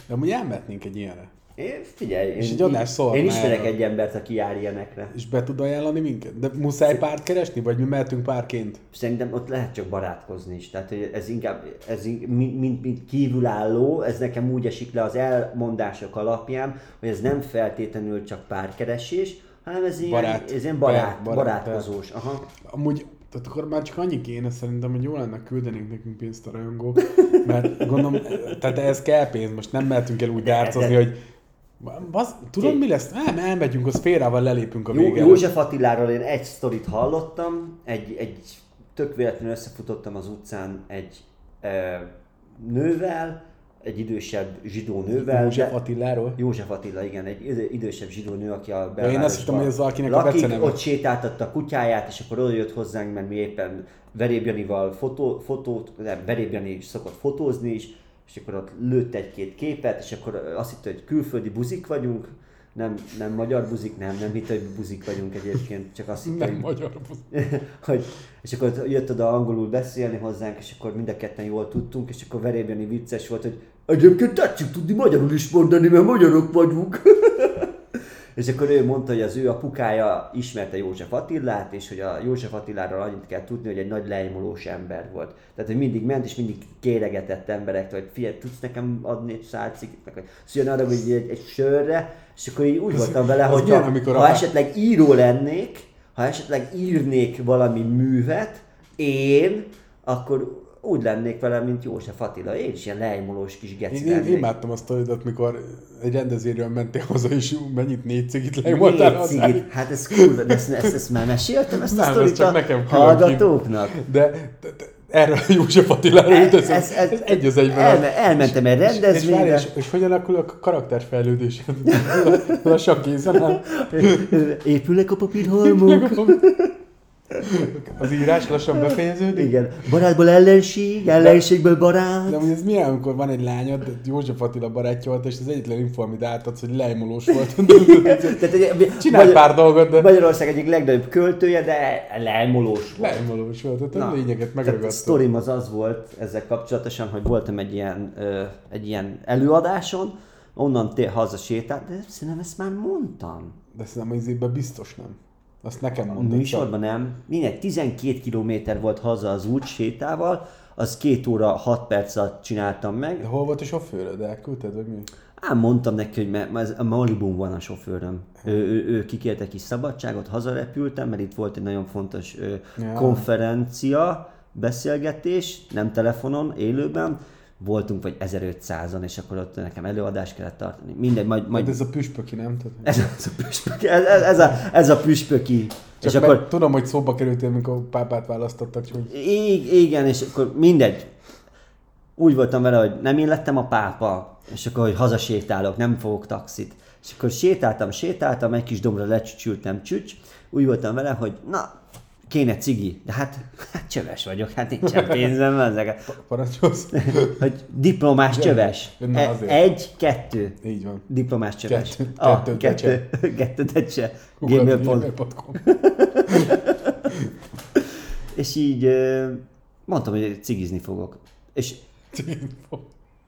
De amúgy elmehetnénk egy ilyenre. Én figyelj, én, És egy adás szól én már ismerek erről. egy embert, aki jár ilyenekre. És be tud ajánlani minket? De muszáj párt keresni? Vagy mi mehetünk párként? Szerintem ott lehet csak barátkozni is, tehát hogy ez inkább, ez in- mint, mint, mint kívülálló, ez nekem úgy esik le az elmondások alapján, hogy ez nem feltétlenül csak párkeresés, hanem ez ilyen, Barát. ez ilyen barát, Barát, barát. barátkozós. Aha. Amúgy, tehát akkor már csak annyi kéne szerintem, hogy jó lenne küldenénk nekünk pénzt a rajongók, mert gondolom, tehát ez kell pénz, most nem mehetünk el úgy dárcozni, hogy Basz, tudod mi lesz? Nem, elmegyünk, az félrával lelépünk a Jó, végére. József Attiláról én egy sztorit hallottam, egy, egy tök véletlenül összefutottam az utcán egy ö, nővel, egy idősebb zsidó nővel. József de- Attiláról? József Attila, igen, egy idő- idősebb zsidó nő, aki a én belvárosban azt hittem, hogy ez valakinek a lakik, beceneve. ott sétáltatta a kutyáját, és akkor oda jött hozzánk, mert mi éppen Veréb Janival fotó, fotót, nem, Veréb Jani is szokott fotózni is, és akkor ott lőtt egy-két képet, és akkor azt hitte, hogy külföldi buzik vagyunk, nem, nem magyar buzik, nem, nem hitte, hogy buzik vagyunk egyébként, csak azt hitte, Nem hogy magyar. hogy, és akkor jött oda angolul beszélni hozzánk, és akkor mind a ketten jól tudtunk, és akkor verébjani vicces volt, hogy egyébként tetszik tudni magyarul is mondani, mert magyarok vagyunk. és akkor ő mondta, hogy az ő apukája ismerte József Attilát, és hogy a József Attiláról annyit kell tudni, hogy egy nagy leimolós ember volt. Tehát, hogy mindig ment, és mindig kéregetett emberektől, hogy figyelj, tudsz nekem adni egy szálciknek, hogy szüljen arra, hogy egy, egy sörre, és akkor így úgy voltam vele, az hogy milyen, ha- amikor ha a- eset esetleg író lennék, ha esetleg írnék valami művet, én, akkor úgy lennék vele, mint József Attila. Én is ilyen leimolós kis geci Én, én lennék. imádtam a sztoridat, mikor egy rendezvényről mentél haza, és mennyit négy cigit Négy leimoltál hozzá. cigit. Hát ez kurva, de ezt, ezt, ezt már meséltem, ezt a Nem, ez sztorit csak a nekem külön hallgatóknak. De, de, de Erről a József Attilára E- jut ez, ez, ez, egy az egyben. elme, elmentem egy és, várj, rendezvényre. és, és hogyan alakul a karakterfejlődés? Lassan készen áll. Épülnek a papírhalmok. Az írás lassan befejeződik. Igen. Barátból ellenség, ellenségből barát. De amúgy ez milyen, amikor van egy lányod, József Attila barátja volt, és az egyetlen info, amit átadsz, hogy lejmolós volt. Tehát, ugye, Csinálj Magyar- pár dolgot, de- Magyarország egyik legnagyobb költője, de leemolós volt. lejmolós volt, tehát Na, a lényeget Tehát a megragadtad. sztorim az az volt ezzel kapcsolatosan, hogy voltam egy ilyen, ö, egy ilyen előadáson, onnan tél haza sétált, de szerintem ezt már mondtam. De szerintem az évben biztos nem. Azt nekem A mondod. csak. műsorban nem. Mindegy, 12 kilométer volt haza az út sétával, az 2 óra 6 perc alatt csináltam meg. De hol volt a sofőröd? Elküldted, vagy mi? Ám mondtam neki, hogy mert mert a Malibun van a sofőröm. Ő, ő, ő kikérte kis szabadságot, hazarepültem, mert itt volt egy nagyon fontos ö, Ja. konferencia, beszélgetés, nem telefonon, élőben. Voltunk vagy 1500-an, és akkor ott nekem előadást kellett tartani. Mindegy, majd... majd De Hát ez a püspöki, nem? Tehát... ez, ez, a püspöki, ez, ez, ez, a, ez a püspöki. Csak és akkor mert tudom, hogy szóba kerültél, amikor pápát választottak, csak hogy I- igen, és akkor mindegy. Úgy voltam vele, hogy nem én lettem a pápa, és akkor, hogy hazasétálok, nem fogok taxit. És akkor sétáltam, sétáltam, egy kis dombra lecsücsültem, csücs. Úgy voltam vele, hogy na, kéne cigi, de hát, hát csöves vagyok, hát nincsen pénzem, ezek. parancsolsz. Hogy diplomás csöves. Na, E- azért. egy, kettő. Így van. Diplomás csöves. Kettő- Ah, kettő kettő, kettő, kettő, Google gmail.com. gmail.com. És így ö, mondtam, hogy cigizni fogok. És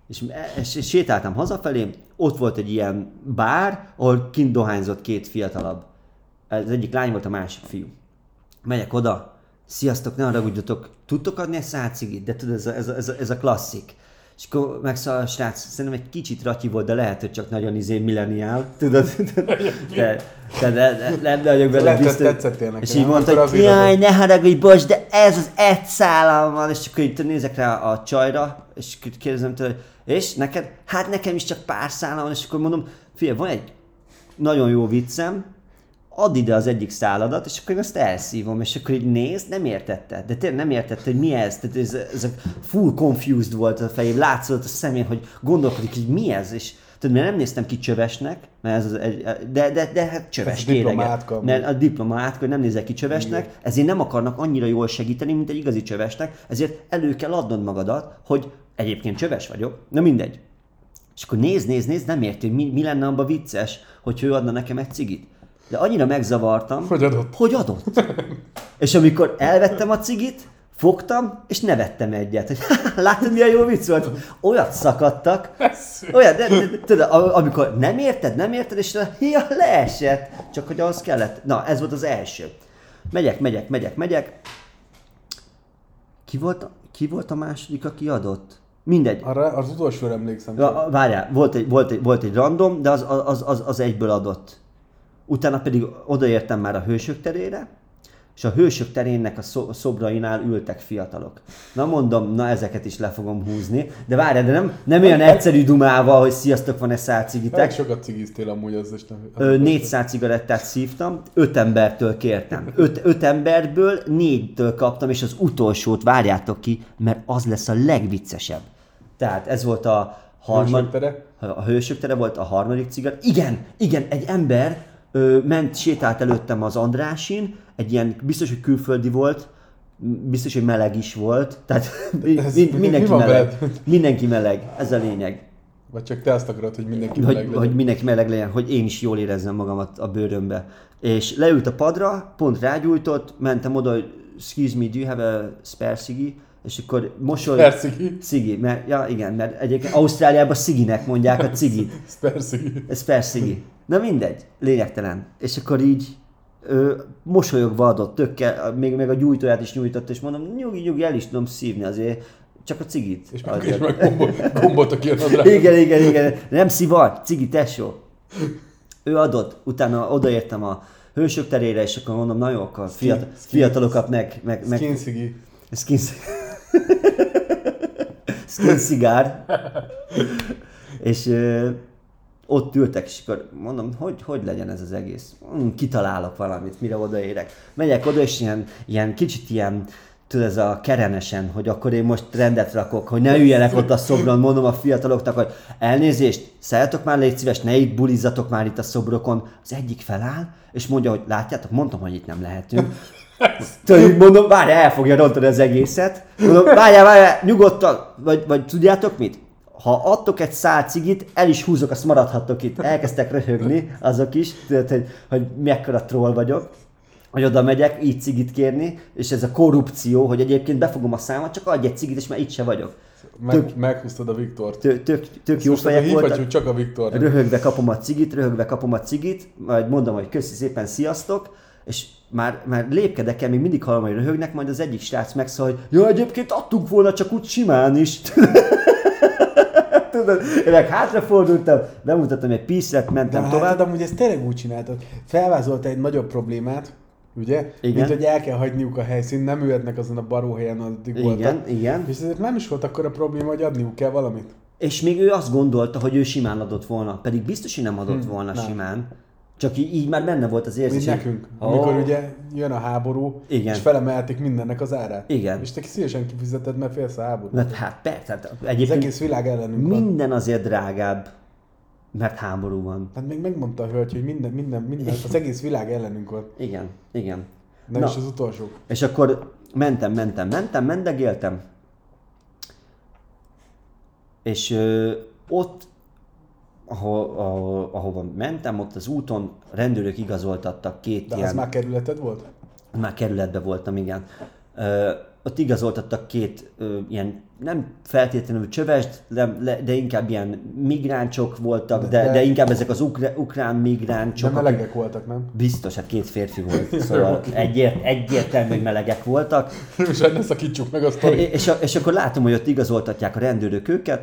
És, és, és sétáltam hazafelé, ott volt egy ilyen bár, ahol kint dohányzott két fiatalabb. Az egyik lány volt, a másik fiú. Megyek oda, sziasztok, ne haragudjatok, tudtok adni egy száz cigit? De tudod, ez a, ez a, ez a, ez a klasszik. És akkor megszól a srác, szerintem egy kicsit ratyi volt, de lehet, hogy csak nagyon izé milleniál, tudod? De, de, de, de nem vagyok bele Lehet, hogy biztos. tetszett tényleg, és nem? így mondta, Akkor hogy az igaz volt. jaj, ne haragudj, bocs, de ez az egy szálam van, és akkor így nézek rá a csajra, és k- kérdezem tőle, és neked? Hát nekem is csak pár szálam van, és akkor mondom, figyelj, van egy nagyon jó viccem, add ide az egyik száladat, és akkor én azt elszívom, és akkor így nézd, nem értette, de tényleg nem értette, hogy mi ez, tehát ez, ez a full confused volt a fejében, látszott a szemén, hogy gondolkodik, hogy mi ez, és tudod, mert nem néztem ki csövesnek, mert ez az egy, de, de, de hát csöves Ez diplomátka tényleg. amúgy. Mert a diplomát, hogy nem nézek ki csövesnek, ezért nem akarnak annyira jól segíteni, mint egy igazi csövesnek, ezért elő kell adnod magadat, hogy egyébként csöves vagyok, na mindegy. És akkor néz, néz, néz, nem érti, mi, mi lenne abban vicces, hogy ő adna nekem egy cigit. De annyira megzavartam, Hogy adott? hogy adott. És amikor elvettem a cigit, fogtam, és nevettem egyet. Hogy Látod, milyen jó vicc volt? Olyat szakadtak, olyan, de, de, de, tudod, a- amikor nem érted, nem érted, és ja, leesett, csak hogy ahhoz kellett. Na, ez volt az első. Megyek, megyek, megyek, megyek. Ki volt, a- ki volt a második, aki adott? Mindegy. Arra az utolsóra emlékszem. Ja, a- várjál, volt egy, volt egy, volt egy random, de az, az, az, az egyből adott. Utána pedig odaértem már a Hősök terére, és a Hősök terének a szo- szobrainál ültek fiatalok. Na mondom, na ezeket is le fogom húzni, de várjál, de nem, nem olyan egyszerű dumával, hogy sziasztok, van-e szál Elég cigitek. sokat cigiztél amúgy az is nem. Ö, 400 cigarettát szívtam, 5 embertől kértem. 5, 5 emberből 4-től kaptam, és az utolsót várjátok ki, mert az lesz a legviccesebb. Tehát ez volt a harmad... Hősök tere? A hősök tere volt a harmadik cigaret. Igen, igen, egy ember ö, ment, sétált előttem az Andrásin, egy ilyen, biztos, hogy külföldi volt, m- biztos, hogy meleg is volt, tehát ez- mi, mindenki mi van meleg. veled? Mindenki meleg, ez a lényeg Vagy csak te azt akarod, hogy mindenki meleg hogy, legyen. hogy mindenki meleg legyen, hogy én is jól érezzem magamat a bőrömbe. És leült a padra, pont rágyújtott, mentem oda, hogy excuse me, do you have a spare cigi? És akkor mosoly... Spare cigi? Cigi, mert, ja igen, mert egyébként Ausztráliában ciginek mondják a cigit. Spersi. Ez spare cigi. Na mindegy, lényegtelen. És akkor így ö, mosolyogva adott, tökkel, még, még a gyújtóját is nyújtott, és mondom, nyugi, nyugi, el is tudom szívni azért, csak a cigit. És meg, adjad. és meg gombot, gombot a kijön rá. Igen, igen, igen. Nem szivar, cigi tesó. Ő adott, utána odaértem a hősök terére, és akkor mondom, na jó, akkor fiatal, skin- fiatalokat meg... meg, meg Skin cigi. skin, skin cigár. És ö, ott ültek, és akkor mondom, hogy, hogy legyen ez az egész. Hm, kitalálok valamit, mire odaérek. Megyek oda, és ilyen, ilyen kicsit ilyen, tudod, ez a kerenesen, hogy akkor én most rendet rakok, hogy ne üljenek ott a szobron, mondom a fiataloknak, hogy elnézést, szálljatok már légy szíves, ne itt bulizzatok már itt a szobrokon. Az egyik feláll, és mondja, hogy látjátok, mondtam, hogy itt nem lehetünk. Tudod, mondom, várj, el fogja rontani az egészet. Mondom, várjál, várjál, nyugodtan, vagy, vagy tudjátok mit? Ha adtok egy szál cigit, el is húzok, azt maradhattok itt. Elkezdtek röhögni azok is, tudod, hogy, hogy mekkora troll vagyok hogy oda megyek így cigit kérni, és ez a korrupció, hogy egyébként befogom a számat, csak adj egy cigit, és már itt se vagyok. Meg, meghúztad a Viktort. Tök, tök, tök jó Most a fejek voltak. hívhatjuk csak a Viktor. Röhögve kapom a cigit, röhögve kapom a cigit, majd mondom, hogy köszi szépen, sziasztok, és már, már lépkedek el, még mindig hallom, hogy röhögnek, majd az egyik srác megszól, hogy ja, egyébként adtunk volna csak úgy simán is. Tudod, én meg hátrafordultam, bemutattam egy piszet, De mentem hát, tovább. tovább, amúgy ezt tényleg úgy csináltad. Felvázolta egy nagyobb problémát, ugye? Igen. Mint hogy el kell hagyniuk a helyszínt, nem ülhetnek azon a baróhelyen, addig Igen, voltak. igen. És ezért nem is volt akkor a probléma, hogy adniuk kell valamit. És még ő azt gondolta, hogy ő simán adott volna, pedig biztos, hogy nem adott hmm, volna Hm, nem. nem. simán. Csak így, így már benne volt az Mint érzés. hogy- nekünk, Ó, amikor ugye jön a háború, Igen. és felemelték mindennek az árát. Igen. És te szívesen kifizeted, mert félsz a háború. Mert hát persze, hát Az egyébként egész világ ellenünk van. minden azért drágább, mert háború van. Hát még megmondta a hölgy, hogy minden, minden, minden, az egész világ ellenünk van. Igen, igen. Nem Na. is az utolsó. És akkor mentem, mentem, mentem, mendegéltem. És ö, ott, ahol, ahol, ahova mentem, ott az úton rendőrök igazoltattak két De ilyen... az már kerületed volt? Már kerületben voltam, igen. Ö, ott igazoltattak két ö, ilyen, nem feltétlenül csövest, de, le- de inkább ilyen migráncsok voltak, de, de- de, de inkább ezek az ukra, ukrán Csak migránsok. nem akik- melegek voltak, nem? Biztos, hát két férfi volt, szóval egyért, egyértelmű, hogy melegek voltak. És ne szakítsuk meg a sztorit. És, és akkor látom, hogy ott igazoltatják a rendőrök őket,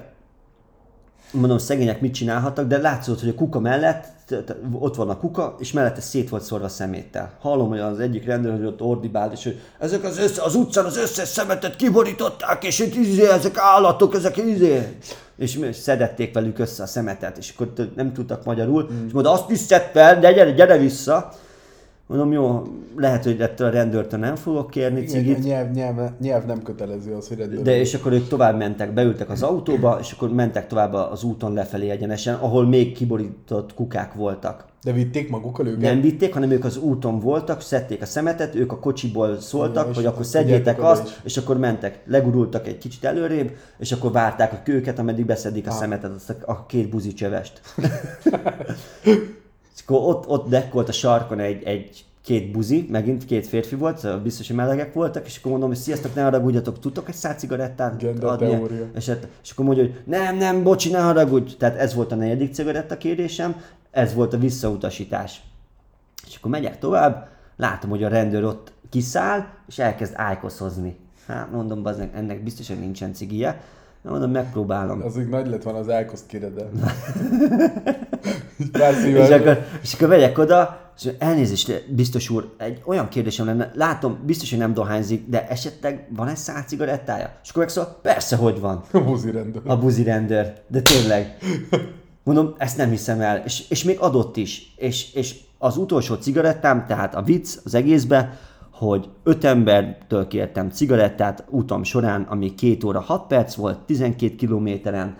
mondom, szegények mit csinálhattak, de látszott, hogy a kuka mellett, t- t- ott van a kuka, és mellette szét volt szorva szeméttel. Hallom, hogy az egyik rendőr, hogy ott ordibált, és hogy ezek az, össze, az utcán az összes szemetet kiborították, és itt izé, ezek állatok, ezek izé. És mi- és szedették velük össze a szemetet, és akkor t- nem tudtak magyarul, Hmm. mm. és mondta, azt is szedd fel, de gyere, gyere vissza. Mondom, jó, lehet, hogy ettől a rendőrtől nem fogok kérni Igen, cigit, a nyelv, nyelv, nyelv nem kötelező az, hogy rendőr. de és akkor ők tovább mentek, beültek az autóba, és akkor mentek tovább az úton lefelé egyenesen, ahol még kiborított kukák voltak. de vitték magukkal őket? Nem vitték, hanem ők az úton voltak, szedték a szemetet, ők a kocsiból szóltak, és hogy akkor akkor szedjétek figyeltek oda azt, is. és akkor mentek, legurultak egy kicsit előrébb, és akkor várták a kőket, ameddig beszedik a szemetet, azt a, a két buzi csövest. és akkor ott, ott dekkolt a sarkon egy, egy két buzi, megint két férfi volt, szóval biztos, hogy melegek voltak, és akkor mondom, hogy sziasztok, ne haragudjatok, tudtok egy szál cigarettát Gender adni? teória. És, hát, és akkor mondja, hogy nem, nem, bocsi, ne haragudj. Tehát ez volt a negyedik cigaretta kérésem, ez volt a visszautasítás. És akkor megyek tovább, látom, hogy a rendőr ott kiszáll, és elkezd ájkoszozni. Hát mondom, baznek, ennek biztos, hogy nincsen cigije. Na, mondom, megpróbálom. Az így nagy lett van az Ákost kéredel. Pár És szívvel. akkor, és akkor megyek oda, és elnézést, biztos úr, egy olyan kérdésem lenne, látom, biztos, hogy nem dohányzik, de esetleg van-e száz cigarettája? És akkor megszól, persze, hogy van. Buzi rendőr. A buzi rendőr, de tényleg. Mondom, ezt nem hiszem el, és, és még adott is. És, és az utolsó cigarettám, tehát a vicc az egészbe, hogy öt embertől kértem cigarettát utam során, ami 2 óra 6 perc volt, 12 kilométeren,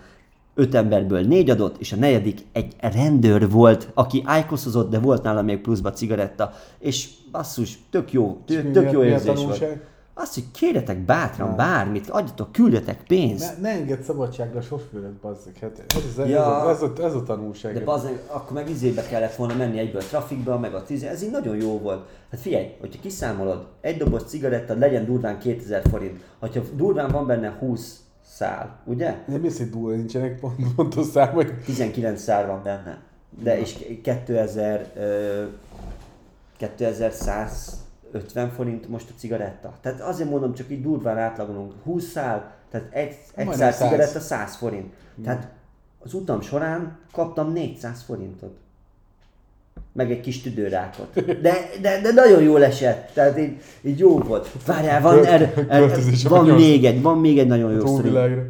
öt emberből négy adott, és a negyedik egy rendőr volt, aki ájkoszozott, de volt nála még pluszba cigaretta, és basszus, tök jó, mi tök, tök a- jó mi a érzés volt. tanulság? Azt, hogy kérjetek bátran bármit, adjatok, küldjetek pénzt. Ne, ne engedd szabadságra a sofőröt, bazzik. Hát ez, az, Ja. ez, az, ez, a, ez a tanulság. De bazen, akkor meg izébe kellett volna menni egyből a trafikba, meg a tíz, ez így nagyon jó volt. Hát figyelj, hogyha kiszámolod, egy doboz cigaretta legyen durván 2000 forint. Hogyha durván van benne 20 szál, ugye? Nem hisz, hogy durva nincsenek pont, pontos szám, hogy 19 szál van benne. De és k- 2000, ö, 2150 forint most a cigaretta. Tehát azért mondom, csak így durván átlagolunk. 20 szál, tehát egy, egy Majdnem szál 100. cigaretta 100 forint. Tehát az utam során kaptam 400 forintot. Meg egy kis tüdőrákot. De, de, de nagyon jól esett. Tehát így, így jó volt. Várjál, van, Költ- erre, erre, költözés Hát a van magyarország. még egy, van még egy nagyon jó sztori túlvilágra.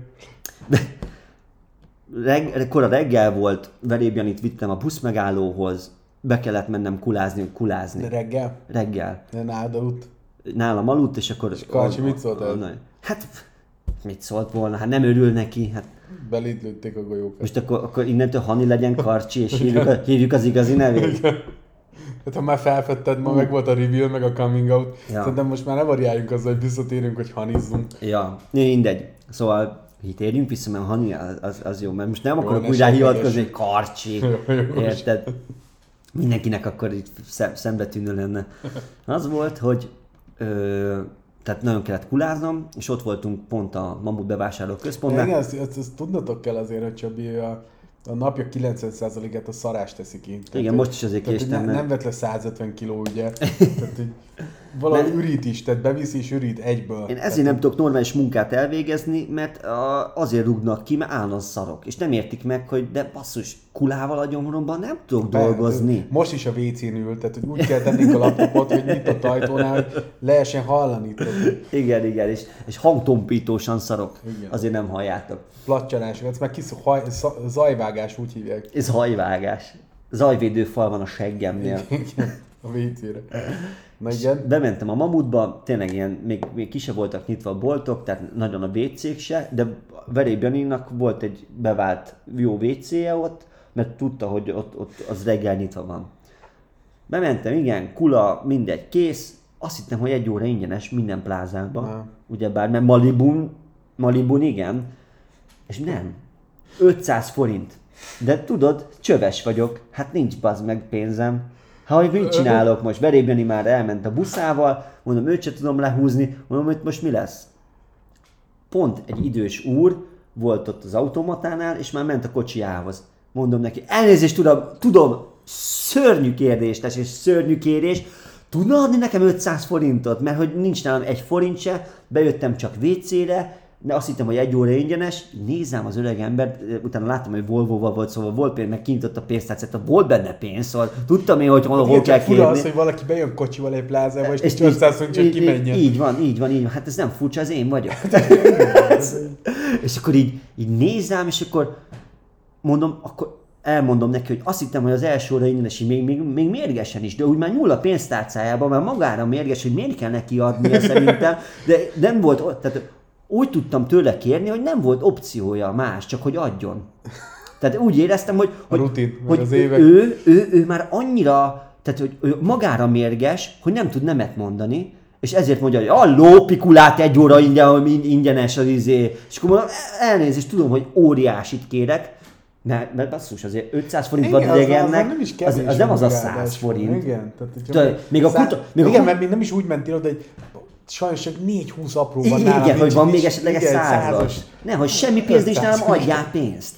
reg, kora reggel volt, Verébjan itt vittem a buszmegállóhoz, be kellett mennem kulázni, De kulázni. reggel, Reggel. ne nálda út. nálam aludt, és akkor... És Karcsi mit szólt el? Hát, mit szólt volna? Hát nem örül neki, hát Belidlődték a golyókat. most akkor, akkor innentől Hani legyen Karcsi, és hívjuk, a, hívjuk az igazi nevét. Hát ha már felfedted, ma meg volt a reveal, meg a coming out. Ja. Szerintem most már ne variáljunk azzal, hogy visszatérünk, hogy hanizzunk. Ja, mindegy. Szóval így térjünk vissza, mert Hani az, az, az jó, mert most nem akarok ne úgy rá sok hivatkozni, hogy keres. karcsi, Jó, jó, most. érted? Mindenkinek akkor így szem, szembetűnő lenne. Az volt, hogy ö, tehát nagyon kellett kuláznom, és ott voltunk pont a Mamut bevásárló De központnál. igen, ezt, ezt, ezt, tudnotok kell azért, hogy Csabi ő a, a napja 90%-át a szarás teszi ki. Tehát, Igen, most is azért tehát, hogy késtem, ne, mert- Nem vett le 150 kiló, ugye? tehát, hogy valami Mert- ürít is, tehát beviszi és ürít egyből. Én Tehát- ezért nem tudok normális munkát elvégezni, mert a, azért rúgnak ki, mert állandóan szarok. És nem értik meg, hogy de basszus, kulával a gyomromban nem tudok dolgozni. Most is a WC-n ül, tehát hogy úgy kell tennünk a laptopot, hogy nyitott ajtónál, hogy lehessen hallani. Tehát Igen, igen, és, és hangtompítósan szarok. Igen. Azért nem halljátok. Platcsanások, ezt már kisz, haj, sz- zajvágás úgy hívják Ez hajvágás. Zajvédő fal van a seggemnél. a WC-re. Na igen, Bementem a mamutba, tényleg ilyen, még, még ki se voltak nyitva a boltok, tehát nagyon a wc se, de Veréb Janinnak volt egy bevált jó wc -je ott, mert tudta, hogy ott, ott az reggel nyitva van. Bementem, igen, kula, mindegy, kész. Azt hittem, hogy egy óra ingyenes minden Ah. plázában. Ugyebár, mert Malibun, Malibun igen, és nem. 500 forint. De tudod, csöves vagyok, hát nincs bazd meg pénzem. Ha hogy mit csinálok most? Veréb Jani már elment a buszával, mondom, őt se tudom lehúzni, mondom, hogy most mi lesz? Pont egy idős úr volt ott az automatánál, és már ment a kocsiához. Mondom neki, elnézést tudom, tudom, szörnyű kérdés, tess, és szörnyű kérés, tudna adni nekem 500 forintot, mert hogy nincs nálam egy forint se, bejöttem csak WC-re, de azt hittem, hogy egy óra ingyenes, nézem az öreg embert, utána láttam, hogy Volvo-val volt, szóval volt pénz, meg kinyitott a pénztárcát, volt benne pénz, szóval tudtam én, hogy hol, hol igen kell csak fura kérni. az, hogy valaki bejön kocsival egy plázába, és, és És nincs 500 hogy csak Hát, így- kimenjen. Így, így van, így van, így van. Hát ez nem furcsa, az én vagyok. és akkor így, így nézem, és akkor mondom, akkor elmondom neki, hogy azt hittem, hogy az első óra ingyenesi még, még, még mérgesen is, de úgy már nyúl a pénztárcájába, már magára mérges, hogy miért kell neki adnia szerintem, de nem volt, o- tehát úgy tudtam tőle kérni, hogy nem volt opciója más, csak hogy adjon. Tehát úgy éreztem, hogy, hogy, rutin, meg hogy az évek. Ő, ő, ő már annyira, tehát hogy ő magára mérges, hogy nem tud nemet mondani, és ezért mondja, hogy a lópikulát egy óra ingyen, ingyenes az izé. És akkor mondom, elnézést, tudom, hogy óriásit kérek, mert, mert basszus, azért 500 forint van Igen, az- az idegennek, nem is az, kevés az, nem az a amúgy 100 ráadásul. forint. Igen, tehát, hogyha Tudod, még a szá- kuta- még a igen, kut- mert még nem is úgy mentél oda, hogy sajnos csak 4-20 apró van Igen, nálam, igen hogy nincs- van még nincs- esetleg egy igen, százas. Ne, hogy semmi pénz nincs 500. nálam, adjál pénzt.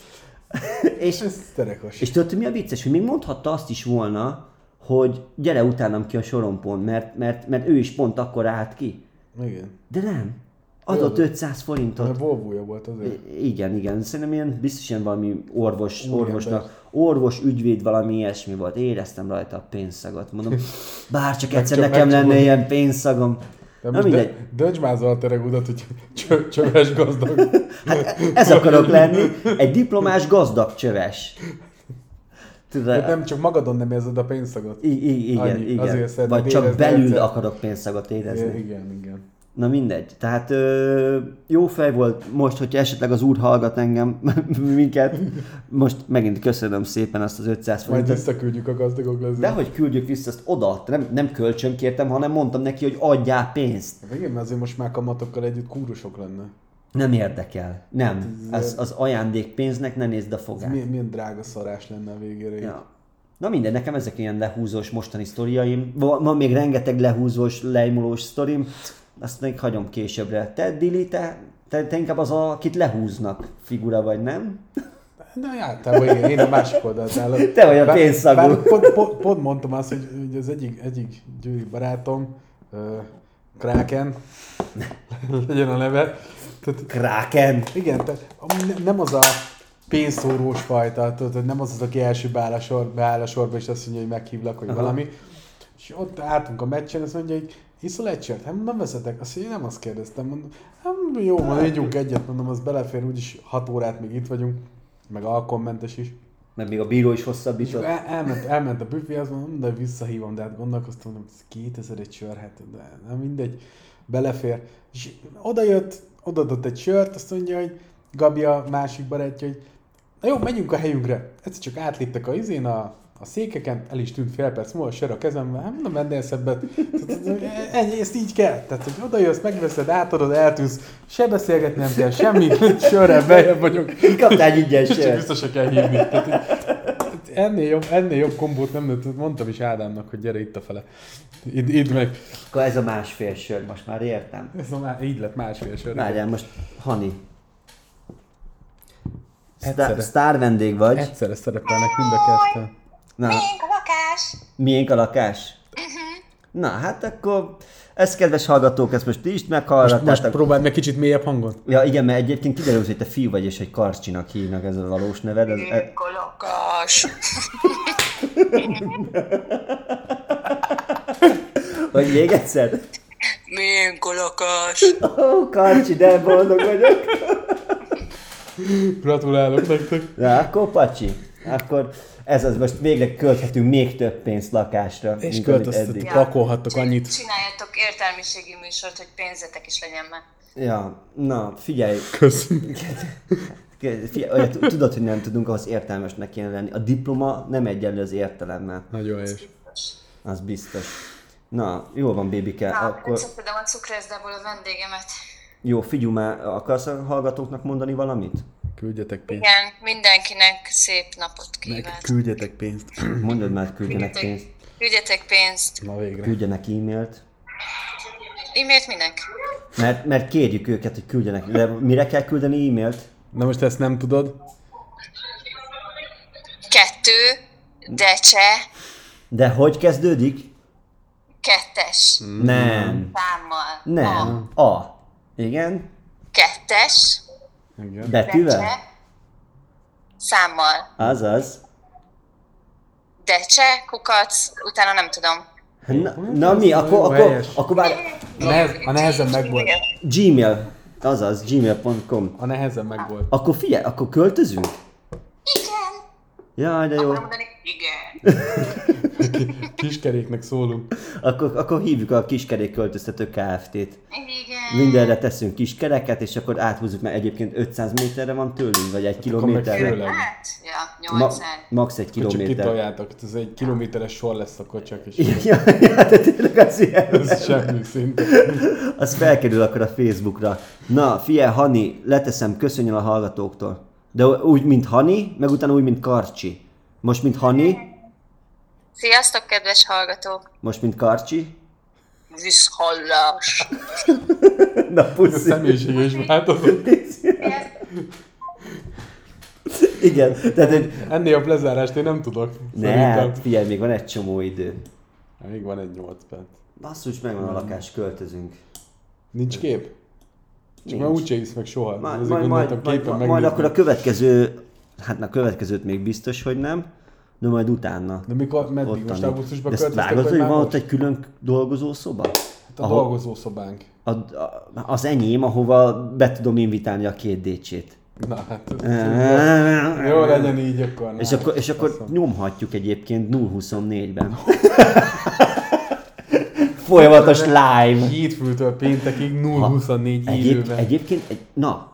és, Ez terekos. és tudod, hogy mi a vicces, hogy még mondhatta azt is volna, hogy gyere utánam ki a sorompon, mert, mert, mert ő is pont akkor állt ki. Igen. De nem. Adott 500 forintot. Mert volvo volt azért. I- Igen, igen. Szerintem ilyen biztos ilyen valami orvos, Úriember. orvosnak, orvos, ügyvéd, valami ilyesmi volt. Éreztem rajta a pénzszagot. Mondom, bár csak egyszer csak nekem megcsapod. lenne ilyen pénzszagom. De Na most mindegy. dö- dönts már azzal a teregudat, hogy csö- csöves gazdag. Hát ez akarok lenni. Egy diplomás gazdag csöves. Tudod, Tehát nem csak magadon nem érzed a pénzszagot. I- i- igen, Annyi, azért igen. szeretnéd Vagy csak érezni belül egyszer. akarok pénzszagot érezni. Igen, igen, igen. Na mindegy. Tehát ö, jó fej volt most, hogyha esetleg az úr hallgat engem, minket. Most megint köszönöm szépen azt az 500 Majd forintot. visszaküldjük a gazdagok lező. De hogy küldjük vissza, azt oda, nem, nem kölcsön kértem, hanem mondtam neki, hogy adjál pénzt. Hát Igen, mert azért most már kamatokkal együtt kúrusok lenne. Nem érdekel. Nem. Hát Az, az ajándékpénznek ne nézd a fogát. Milyen, milyen drága szarás lenne a végére. így. Ja. Na minden, nekem ezek ilyen lehúzós mostani sztoriaim. Van van még rengeteg lehúzós, leimulós sztorim, azt még hagyom későbbre. Te, Dili, te, te, te inkább az, a, akit lehúznak figura vagy, nem? Na általában igen, én a másik oldalt állok. Te vagy a Bár- pénzszagú. bár Pont, pont, pont, mondtam azt, hogy, hogy az egyik, egyik győri barátom, ö, Kraken, legyen a neve. Tehát, Kraken! igen, tehát amúgy ne- nem az a pénzszórós fajta, tudod, hogy nem az az, aki első beáll a, sor, beáll a sorba, és azt mondja, hogy meghívlak, vagy valami. És ott álltunk a meccsen, azt mondja, hogy iszol egy sört? Hát nem veszetek. Azt mondja, nem azt kérdeztem. Mondom, hát jó, van, ígyunk egyet, mondom, az belefér, úgyis hat órát még itt vagyunk, meg alkoholmentes is. Mert még a bíró is hosszabbított. El, elment, elment a büfé, azt mondom, de visszahívom, de hát gondolkoztam, hogy ez 2000 egy sör, hát de nem mindegy, belefér. És oda jött, odaadott egy sört, azt mondja, hogy Gabi a másik barátja, hogy na jó, menjünk a helyünkre. Egyszer csak átléptek a izén, a, a székeken, el is tűnt fél perc múlva a sör a kezemben, hát nem ennél szebbet. Tehát, e, Ennyi, ezt így kell. Tehát, hogy oda jössz, megveszed, átadod, eltűnsz, se beszélgetni nem kell, semmi, sörrel bejebb vagyok. Kaptál egy ingyen Csak sört. biztos se kell hívni. Tehát, így- ennél jobb, ennél jobb kombót nem lőtt. Mondtam is Ádámnak, hogy gyere itt a fele. Itt, itt meg. Akkor ez a másfél sör, most már értem. Ez a má, így lett másfél sör. Várjál, most Hani. Egyszerre. Sztá- sztár vendég vagy. Egyszerre szerepelnek mind a ketten. Na, Miénk a lakás. miénk a lakás? Na, hát akkor ezt kedves hallgatók, ezt most ti is meghallgattátok. Most, most próbáld meg kicsit mélyebb hangon. Ja, igen, mert egyébként kiderül, hogy te fiú vagy, és egy karcsinak hívnak ez a valós neved. Ez, ez, Miénk a lakás. vagy még egyszer? Miénk a lakás. Ó, karcsi, de boldog vagyok. Gratulálok nektek. Na, akkor pacsi. Akkor ez az, most végre költhetünk még több pénzt lakásra. És mint amit költöztetek, eddig. pakolhattok annyit. Csináljatok értelmiségi műsort, hogy pénzetek is legyen már. Ja, na, figyelj, Köszönöm. figyelj olyat, tudod, hogy nem tudunk ahhoz értelmesnek kéne lenni. A diploma nem egyenlő az értelemmel, Nagyon helyes. az biztos. Na, jó van, bébike, Na, akkor akkor... Szedem a cukrászdából a vendégemet. jó, figyú már, akarsz a hallgatóknak mondani valamit? Küldjetek pénzt. Igen, mindenkinek szép napot Meg kívánok. küldjetek pénzt. Mondod már, küldjenek pénzt, Küldjetek pénzt. Na végre. küldjenek e-mailt. E-mailt minek? Mert, mert kérjük őket, hogy küldjenek. De mire kell küldeni e-mailt? Na most ezt nem tudod? Kettő, dece, De hogy kezdődik? kettes Mhm. Nem. számmal. A, Hm. Nem. A. Igen? kettes, Igen. Betűvel? dece, számmal. Azaz. Dece, kukac, utána nem tudom. Na, na mi? Akkor, hát Jó, akkor, helyes. akkor már A, nehez, a nehezen megvolt. Gmail. Azaz, gmail.com. A nehezen megvolt. Akkor figyelj, akkor költözünk? Igen. Jaj, de jó. Akarom mondani, igen. Kiskeréknek szólunk. Akkor, akkor hívjuk a kiskerék költöztető Kft-t. Igen. Mindenre teszünk kiskereket, és akkor áthúzzuk, mert egyébként 500 méterre van tőlünk, vagy egy akkor meg kilométerre. főleg. Hát, ja, Ma, 800. max egy Csak kilométer. kitoljátok, ez egy kilométeres sor lesz a kocsak is. Ja, ja, de tényleg az ilyen. Ez semmi szinte. Az felkerül akkor a Facebookra. Na, fie, Hani, leteszem, köszönjön a hallgatóktól. De úgy, mint Hani, meg utána úgy, mint Karcsi. Most, mint Hani, Sziasztok, kedves hallgatók! most, mint Karcsi. Visszhallás! Na, A puszi. személyiség is változott. Igen, tehát egy... Ennél jobb lezárást én nem tudok. Hát Ne, hát figyelj, még van egy csomó idő. Még van egy 8 perc. Basszus, megvan a lakás, költözünk. Nincs kép? Csak már úgyse hisz meg soha. Majd, Ezért majd, majd, gondoltam majd, képen majd, majd megnézni. akkor a következő... Hát na, a következőt még biztos, hogy nem. De majd utána. De mikor, meddig? Ott most tanít. augusztusban De ezt költöztek, vágod, vagy hogy már van most? ott egy külön dolgozó szoba? Hát a dolgozószobánk. A, a, az enyém, ahova be tudom invitálni a két décsét. Na hát, jó legyen így akkor. na. És akkor, és akkor nyomhatjuk egyébként 0-24-ben. Folyamatos live. Hétfőtől péntekig 0-24 Egyéb, élőben. egyébként, egy, na,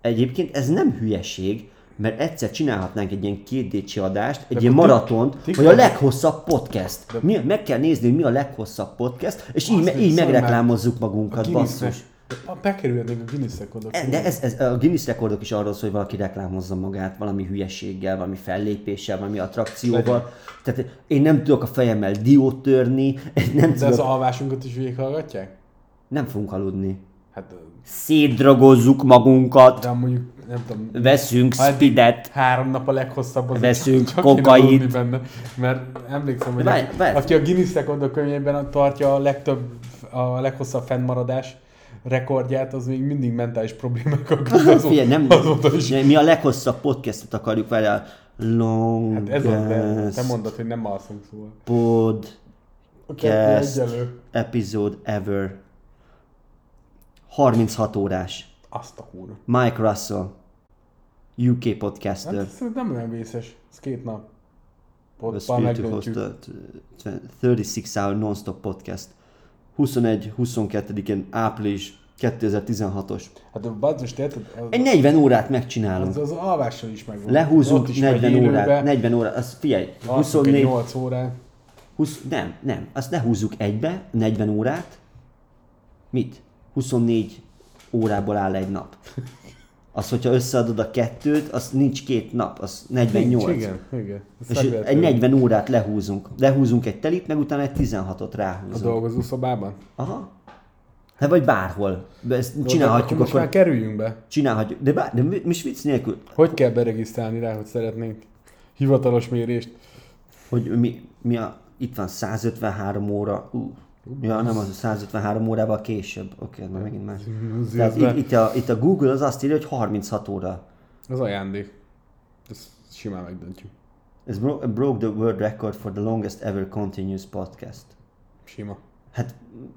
egyébként ez nem hülyeség, mert egyszer csinálhatnánk egy ilyen két décsi adást, egy ilyen maratont, hogy a leghosszabb podcast. Mi, meg kell nézni, hogy mi a leghosszabb podcast, és így, me- meg így szemmel. megreklámozzuk magunkat, Guinness-nek. basszus. Eh, E- A- Bekerülhetnénk a Guinness-ek oda. De ez, ez, a Guinness rekordok is arról szól, hogy valaki reklámozza magát valami hülyeséggel, valami fellépéssel, valami attrakcióval. Tehát én nem tudok a fejemmel diót törni, nem, De az tudok, alvásunkat is végighallgatják? nem fogunk aludni. Hát, Szétdragozzuk magunkat, de mondjuk, nem tudom, veszünk Ha eddig- spidet. három nap a leghosszabb az Veszünk csak én kokaint. aludni benne, mert emlékszem, hogy Várj, aki, várj. aki a Guinness Rekordok könyvében tartja a legtöbb, a leghosszabb fennmaradás rekordját, az még mindig mentális problémákkal küzd azó- Hát, Figyelj, nem, azóta is. mi a leghosszabb podcastot akarjuk vele a long Hát Ez az, de te ass mondod, hogy nem alszunk szóval. podcast A kettő egyelő. episode ever. 36 órás. Azt a Hát, húr. Mike Russell. UK podcaster. Hát ez nem olyan vészes. Ez két nap. A Pottban Spirit of megdöntjük. Hosta, t- 36 Hour Non-Stop Podcast. 21-22-én április 2016-os. Hát a bazd most érted? Az, Egy 40 órát az, megcsinálunk. az alvással is megvan. Ott Lehúzunk is megy 40 élőbe, órát, 40 órát, az figyelj, alszunk egy 24, 8 órát. 20, nem, nem, azt ne húzzuk egybe, 40 órát. Mit? 24 órából áll egy nap. Az, hogyha összeadod a kettőt, az nincs két nap, az 48. Nincs, Igen, igen. Ez És megvehető. egy 40 órát lehúzunk. Lehúzunk egy telit, meg utána egy 16-ot A ráhúzunk. dolgozó szobában? Aha. Hát vagy bárhol. De ezt Akkor csinálhatjuk most akkor. már kerüljünk be. Csinálhatjuk. De, bár, de mi, mi vicc nélkül, Hogy kell beregisztrálni rá, hogy szeretnénk hivatalos mérést? hogy mi, mi a, itt van 153 óra. Ú. Ja, nem az 153 órával később. Oké, okay, már megint más. Az, Tehát illetve- itt, itt, a, itt a Google az azt írja, hogy 36 óra. az ajándék. Ezt simán megdöntjük. Ez bro- broke the world record for the longest ever continuous podcast. Sima. Hát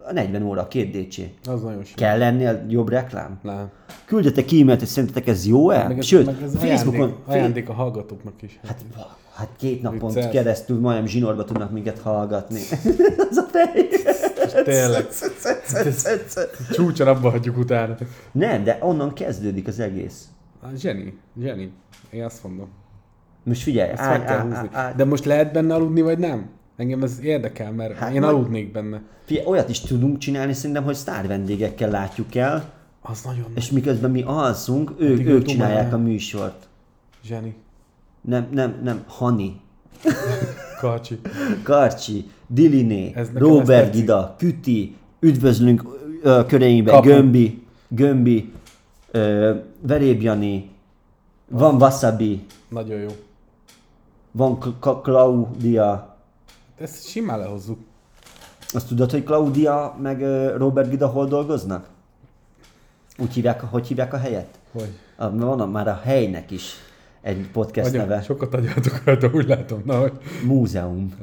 a 40 óra, a két DC. Az nagyon sima. Kell lennél jobb reklám? Nem. Küldjetek e-mailt, hogy szerintetek ez jó-e? Sőt, Facebookon... ajándék, ajándék a hallgatóknak is. Hát, Hát, hát két napon Viccelsz. keresztül majdnem zsinórba tudnak minket hallgatni. Ez a fej. Hát, tényleg. Csúcson abba hagyjuk utána. Nem, de onnan kezdődik az egész. Hát, zseni, zseni. Én azt mondom. Most figyelj, Ezt meg á, kell á, húzni. á, á, De most lehet benne aludni, vagy nem? Engem ez érdekel, mert Hát én majd- aludnék benne. figyelj, olyat is tudunk csinálni szerintem, hogy sztár vendégekkel látjuk el, Az nagyon és miközben mi alszunk, ők, Addig ő ők dumál. csinálják a műsort. zseni. Nem, nem, nem, Hani, Karcsi. Karcsi, Diliné, Ez nekem ez Robert tetszik. Gida, Küti, üdvözlünk ö, ö, köreinkbe, Kapu. Gömbi, Gömbi, ö, Verébjani, van Wasabi, Nagyon jó. van K- K- Claudia. Ezt simán lehozzuk. Azt tudod, hogy Claudia meg ö, Robert Gida hol dolgoznak? Úgy hívják, hogy hívják a helyet? Hogy? A, van a, már a helynek is egy podcast Anya, neve. sokat agyaltok rajta, úgy látom. Na, hogy... Múzeum.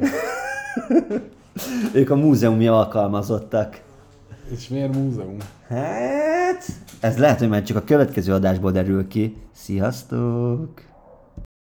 ők a múzeumi alkalmazottak. És miért múzeum? Hát, ez lehet, hogy már csak a következő adásból derül ki. Sziasztok!